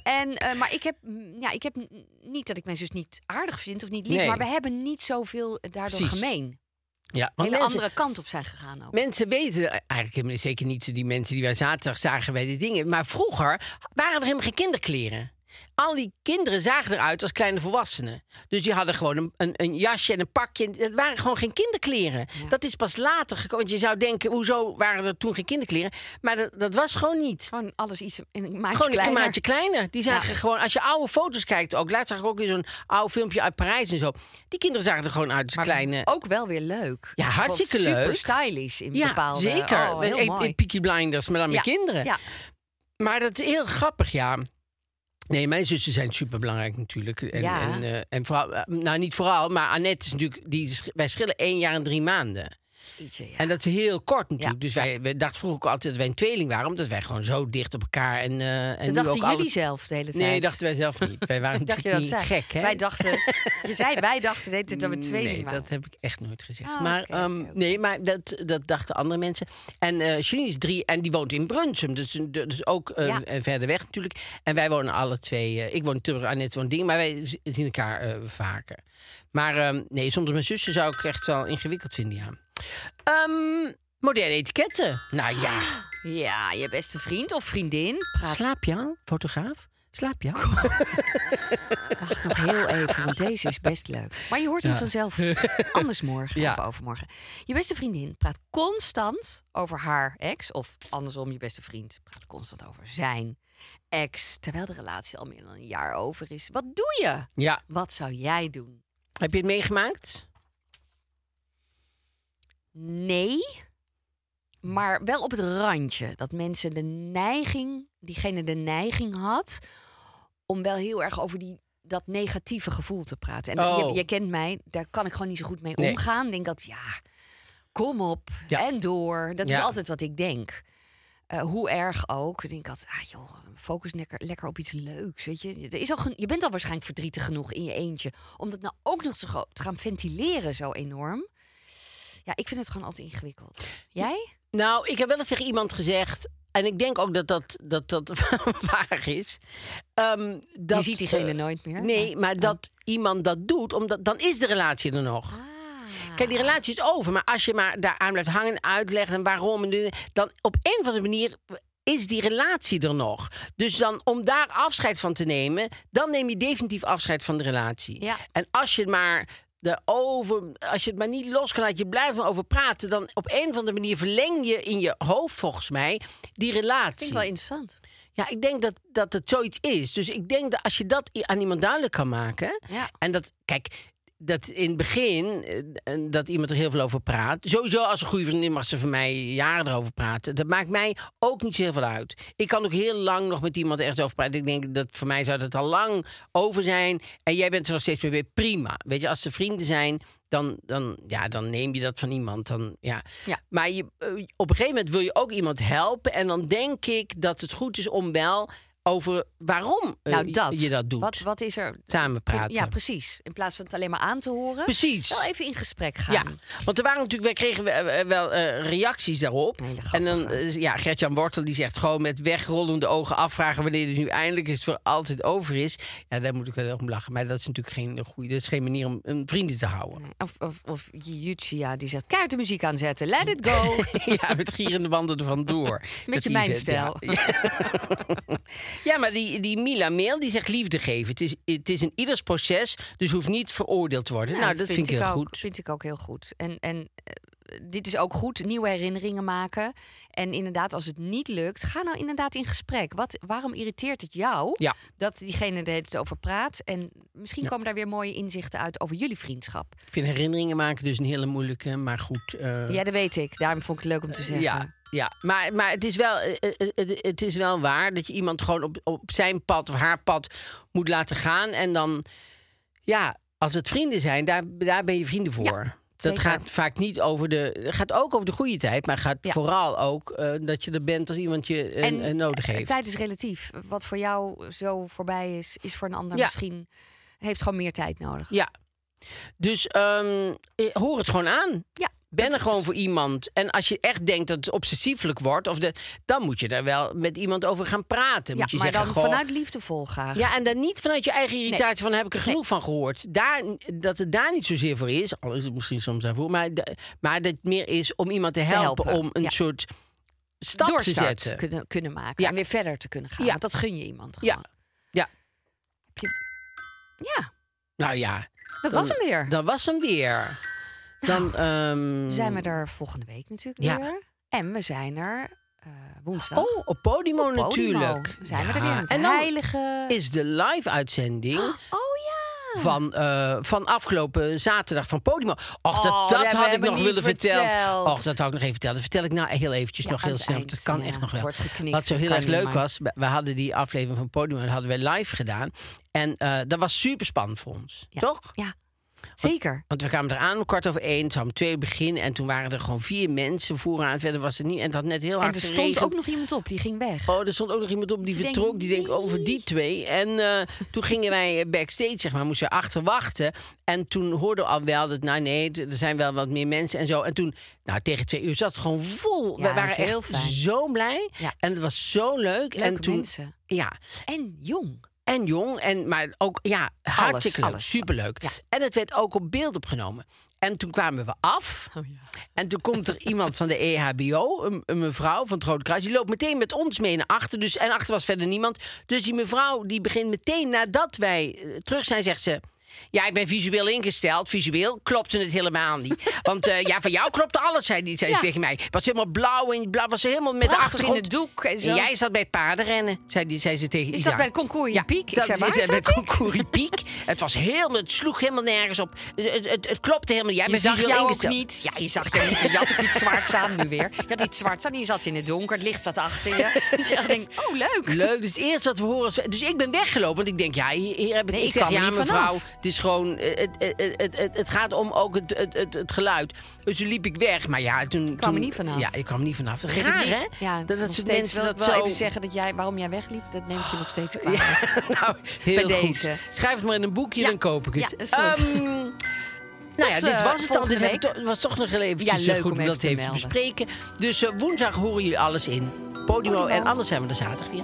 En, eh, maar ik heb, mm, ja, ik heb n- niet dat ik mijn zus niet aardig vind of niet lief. Nee. Maar we hebben niet zoveel daardoor Precies. gemeen. Ja, Een want hele mensen, andere kant op zijn gegaan ook. mensen weten eigenlijk helemaal zeker niet die mensen die wij zaterdag zagen bij de dingen. Maar vroeger waren er helemaal geen kinderkleren. Al die kinderen zagen eruit als kleine volwassenen. Dus die hadden gewoon een, een, een jasje en een pakje. Het waren gewoon geen kinderkleren. Dat is pas later gekomen. Want je zou denken, hoezo waren er toen geen kinderkleren? Maar dat, dat was gewoon niet. Gewoon alles iets een maatje Gewoon een kleiner. maatje kleiner. Die zagen gewoon, als je oude foto's kijkt ook. Laatst zag ik ook in zo'n oud filmpje uit Parijs en zo. Die kinderen zagen er gewoon uit als Maar kleine. ook wel weer leuk. Ja, hartstikke Gewoon leuk. Super stylish in ja, bepaalde... zeker. Oh, Met- heel in- mooi. in Peaky Blinders, maar dan met Ja, kinderen. Ja, Maar dat is heel grappig, ja. Nee, mijn zussen zijn superbelangrijk natuurlijk. En, Ja. en, eh, en vooral, eh, nou niet vooral, maar Annette is natuurlijk, die, sch- wij schillen één jaar en drie maanden. Ietsje, ja. En dat is heel kort natuurlijk. Ja. Dus wij, wij dachten vroeger ook altijd dat wij een tweeling waren, omdat wij gewoon zo dicht op elkaar en. eh en nu Dat dachten ook jullie alle- zelf de hele tijd. Nee, dachten wij zelf niet. Wij waren Dacht je natuurlijk dat niet zij? gek, hè? Wij dachten, je zei wij dachten deed het dat we tweeling nee, waren. dat heb ik echt nooit gezegd. Ah, maar oké, ehm, oké, oké. nee, maar dat, dat dachten andere mensen. En eh Janine is drie en die woont in Brunsum. Dus, dus ook eh, Ja. eh, verder weg natuurlijk. En wij wonen alle twee. eh, ik woon in Tilburg, Annette woont Ding. Maar wij z- zien elkaar eh, vaker. Maar ehm, nee, soms mijn zusje zou ik echt wel ingewikkeld vinden, ja. Ehm, moderne etiketten. Nou ja, Ja, je beste vriend of vriendin. Ah, Praat slaap je al, fotograaf? Slaap je al? wacht nog heel even, want deze is best leuk. Maar je hoort hem vanzelf anders morgen Ja. of overmorgen. Je beste vriendin praat constant over haar ex. Of andersom, je beste vriend praat constant over zijn ex. Terwijl de relatie al meer dan een jaar over is. Wat doe je? Ja. Wat zou jij doen? Heb je het meegemaakt? Nee. Hm. Maar wel op het randje. Dat mensen de neiging, diegene de neiging had. om wel heel erg over die, dat negatieve gevoel te praten. En dat- Oh. je, je kent mij, daar kan ik gewoon niet zo goed mee Nee. omgaan. Ik denk dat, ja, kom op Ja. en door. Dat is Ja. altijd wat ik denk. Eh, hoe erg ook. Ik denk altijd, ah joh, focus lekker, lekker op iets leuks. Weet je? Er is al gen- je bent al waarschijnlijk verdrietig genoeg in je eentje. Om dat nou ook nog te, go- te gaan ventileren zo enorm. Ja, ik vind het gewoon altijd ingewikkeld. Jij? Nou, ik heb wel eens tegen iemand gezegd. En ik denk ook dat dat, dat, dat waar is. ehm, dat, je ziet diegene eh, nooit meer. Nee, maar Oh. dat iemand dat doet, omdat dan is de relatie er nog. Ah. Kijk, die relatie is over. Maar als je maar daaraan blijft hangen en uitleggen en waarom. En dit- dan op een of andere manier is die relatie er nog. Dus dan om daar afscheid van te nemen, dan neem je definitief afscheid van de relatie. Ja. En als je het maar. De over, als je het maar niet los kan laten, je blijft maar over praten, dan op een of andere manier verleng je in je hoofd, volgens mij, die vind relatie. ik wel interessant. Ja, ik denk dat, dat het zoiets is. Dus ik denk dat als je dat i- aan iemand duidelijk kan maken. Ja. En dat, kijk, dat in het begin eh, en dat iemand er heel veel over praat. Sowieso als een goede vriendin mag ze van mij jaren erover praten. Dat maakt mij ook niet zo heel veel uit. Ik kan ook heel lang nog met iemand echt over praten. Ik denk dat voor mij zou dat al lang over zijn. En jij bent er nog steeds mee bij. Prima. Weet je, als ze vrienden zijn, dan, dan, ja, dan neem je dat van iemand. Dan, ja. Ja. Maar je, eh, op een gegeven moment wil je ook iemand helpen. En dan denk ik dat het goed is om wel over waarom eh, nou, dat. je dat doet. Wat, wat is er? Samen praten. Ja, precies. In plaats van het alleen maar aan te horen. Precies. Wel even in gesprek gaan. Ja, want er waren natuurlijk, wij kregen we- eh, wel eh, reacties daarop. Hele En grappige. dan, eh, ja, Gertjan Wortel die zegt gewoon met wegrollende ogen afvragen wanneer het nu eindelijk is voor altijd over is. Ja, daar moet ik wel heel om lachen. Maar dat is natuurlijk geen goede, dat is geen manier om een vrienden te houden. Of, of, of Jutsia die zegt, kaart de muziek aanzetten, let it go. Nou, Ja, met gierende wanden er vandoor. Dat je mijn event, ja. stijl. Ja. Ja, maar die, die Mila Meel die zegt liefde geven. Het is, het is in ieders proces, dus hoeft niet veroordeeld te worden. nou, dat vind, ik heel ook, goed. Vind ik ook heel goed. En, en eh, dit is ook goed, nieuwe herinneringen maken. En inderdaad, als het niet lukt, ga nou inderdaad in gesprek. Wat, waarom irriteert het jou Ja. dat diegene er het over praat? En misschien komen daar weer mooie inzichten uit over jullie vriendschap. Ik vind herinneringen maken dus een hele moeilijke, maar goed. eh, Ja, dat weet ik. Daarom vond ik het leuk om te zeggen. Ja, ja. Maar, maar het, is wel, eh, eh, eh, het is wel waar dat je iemand gewoon op, op zijn pad of haar pad moet laten gaan. En dan, ja, als het vrienden zijn, daar, daar ben je vrienden voor. dat zeker. gaat vaak niet over de. gaat ook over de goede tijd, maar gaat Ja. vooral ook eh, dat je er bent als iemand je eh, eh, nodig eh, heeft. Tijd is relatief. Wat voor jou zo voorbij is, is voor een ander Ja. misschien heeft gewoon meer tijd nodig. Ja. Dus ehm, eh, hoor het gewoon aan. Ja, dat Ben er is- gewoon voor iemand. En als je echt denkt dat het obsessiefelijk wordt, of de, dan moet je daar wel met iemand over gaan praten. Ja, moet je maar zeggen, dan goh, vanuit liefdevol graag. Ja, en dan niet vanuit je eigen irritatie van heb ik er genoeg van gehoord. Daar, dat het daar niet zozeer voor is, al is het misschien soms daarvoor, maar, da- maar dat het meer is om iemand te helpen, helpen, om een ja. soort stap te Doorstart zetten. kunnen, kunnen maken Ja. en weer verder te kunnen gaan. Ja. Want dat gun je iemand Ja. gewoon. Ja, Heb je- Ja, nou ja, dat was hem weer. dat was hem weer. Dan ehm, Nou, zijn we er volgende week natuurlijk Ja. weer. En we zijn er eh, woensdag. Oh, op Podimo Op Podimo natuurlijk. Zijn we er Ja, weer met de En dan heilige... is de live-uitzending Oh ja! van, eh, van afgelopen zaterdag van Podimo. Och, dat, Oh, dat dat had ik hebben nog we willen niet vertellen. verteld. Och, dat had ik nog even verteld. Dat vertel ik nou heel eventjes Ja, nog aan heel het snel. eind, want Dat kan ja. echt nog wel. Wordt geknikt, Wat zo dat heel kan erg niet, leuk maar- was, we we hadden die aflevering van Podimo... dat hadden we live gedaan. En eh, dat was super spannend voor ons, Ja. toch? Ja, zeker. Want we kwamen eraan om kwart over één, het zou om twee beginnen... en toen waren er gewoon vier mensen vooraan. Verder was het niet. En het had net heel En hard er stond geregend. ook nog iemand op, die ging weg. Oh, er stond ook nog iemand op die Ik denk, vertrok. die denkt over die twee. En eh, toen gingen wij eh, backstage, zeg maar, moesten we achter wachten. En toen hoorden we al wel dat, nou nee, d- er zijn wel wat meer mensen en zo. En toen, nou tegen twee uur zat het gewoon vol. Ja, we dat waren is echt heel fijn. zo blij. Ja. En het was zo leuk. Leuke en toen, mensen. Ja, En jong. en jong, en, maar ook ja, hartstikke leuk, alles. superleuk. Ja. En het werd ook op beeld opgenomen. En toen kwamen we af. Oh, En toen komt er iemand van de E EHBO, een, een mevrouw van het Rode Kruis. Die loopt meteen met ons mee naar achter. Dus, en achter was verder niemand. Dus die mevrouw die begint meteen nadat wij eh, terug zijn, zegt ze... Ja, ik ben visueel ingesteld. Visueel klopte het helemaal niet. Want eh, ja, van jou klopte alles, zei die zei ze Ja. tegen mij. Was helemaal blauw en blauw. Was helemaal met de Prachtig in achtergrond. het doek en zo. jij zat bij het paardenrennen, zei, die, zei ze tegen Je Isaac. zat bij het concours in Ja, Piek. Ik dat- zei, je waar zei bij zat ik? Koekoerie Piek. Het was helemaal, het sloeg helemaal nergens op. Het, het, het, het klopte helemaal. Jij Je bent zag visueel jou ook ingesteld. niet. Ja, je zag jou niet. Je had ook iets zwaarts aan nu weer. Je had iets zwaarts aan, je zat in het donker, het licht zat achter je. Dus je echt denkt, oh leuk. Leuk, dus eerst wat we horen. is- Dus ik ben weggelopen, want ik denk, ja, hier, hier heb ik. Nee, ik ik zeg, kwam er ja, niet mevrouw, vanaf. het is gewoon. eh, Het, het, het, het, het gaat om ook het, het, het, het geluid. Dus toen liep ik weg, maar ja, toen. Ik kwam er niet vanaf. Ja, ik kwam er niet vanaf. Dat Vergeet Raar, het niet. hè? Ja, dat dat nog soort steeds mensen wil ik dat wel zo. even zeggen dat jij, waarom jij wegliep, dat neem ik je nog steeds kwalijk. Ja, nou, heel Bij goed. deze. Schrijf het maar in een boekje, Ja, dan koop ik ja, het. dat is goed. Ehm, nou ja, Tot, dit eh, was het dan. Dit volgende hebben we to- was toch nog heel eventjes Ja, eh, leuk goed om om even dat te even te melden. bespreken. Dus eh, woensdag horen jullie alles in Podimo. En anders zijn we er zaterdag weer.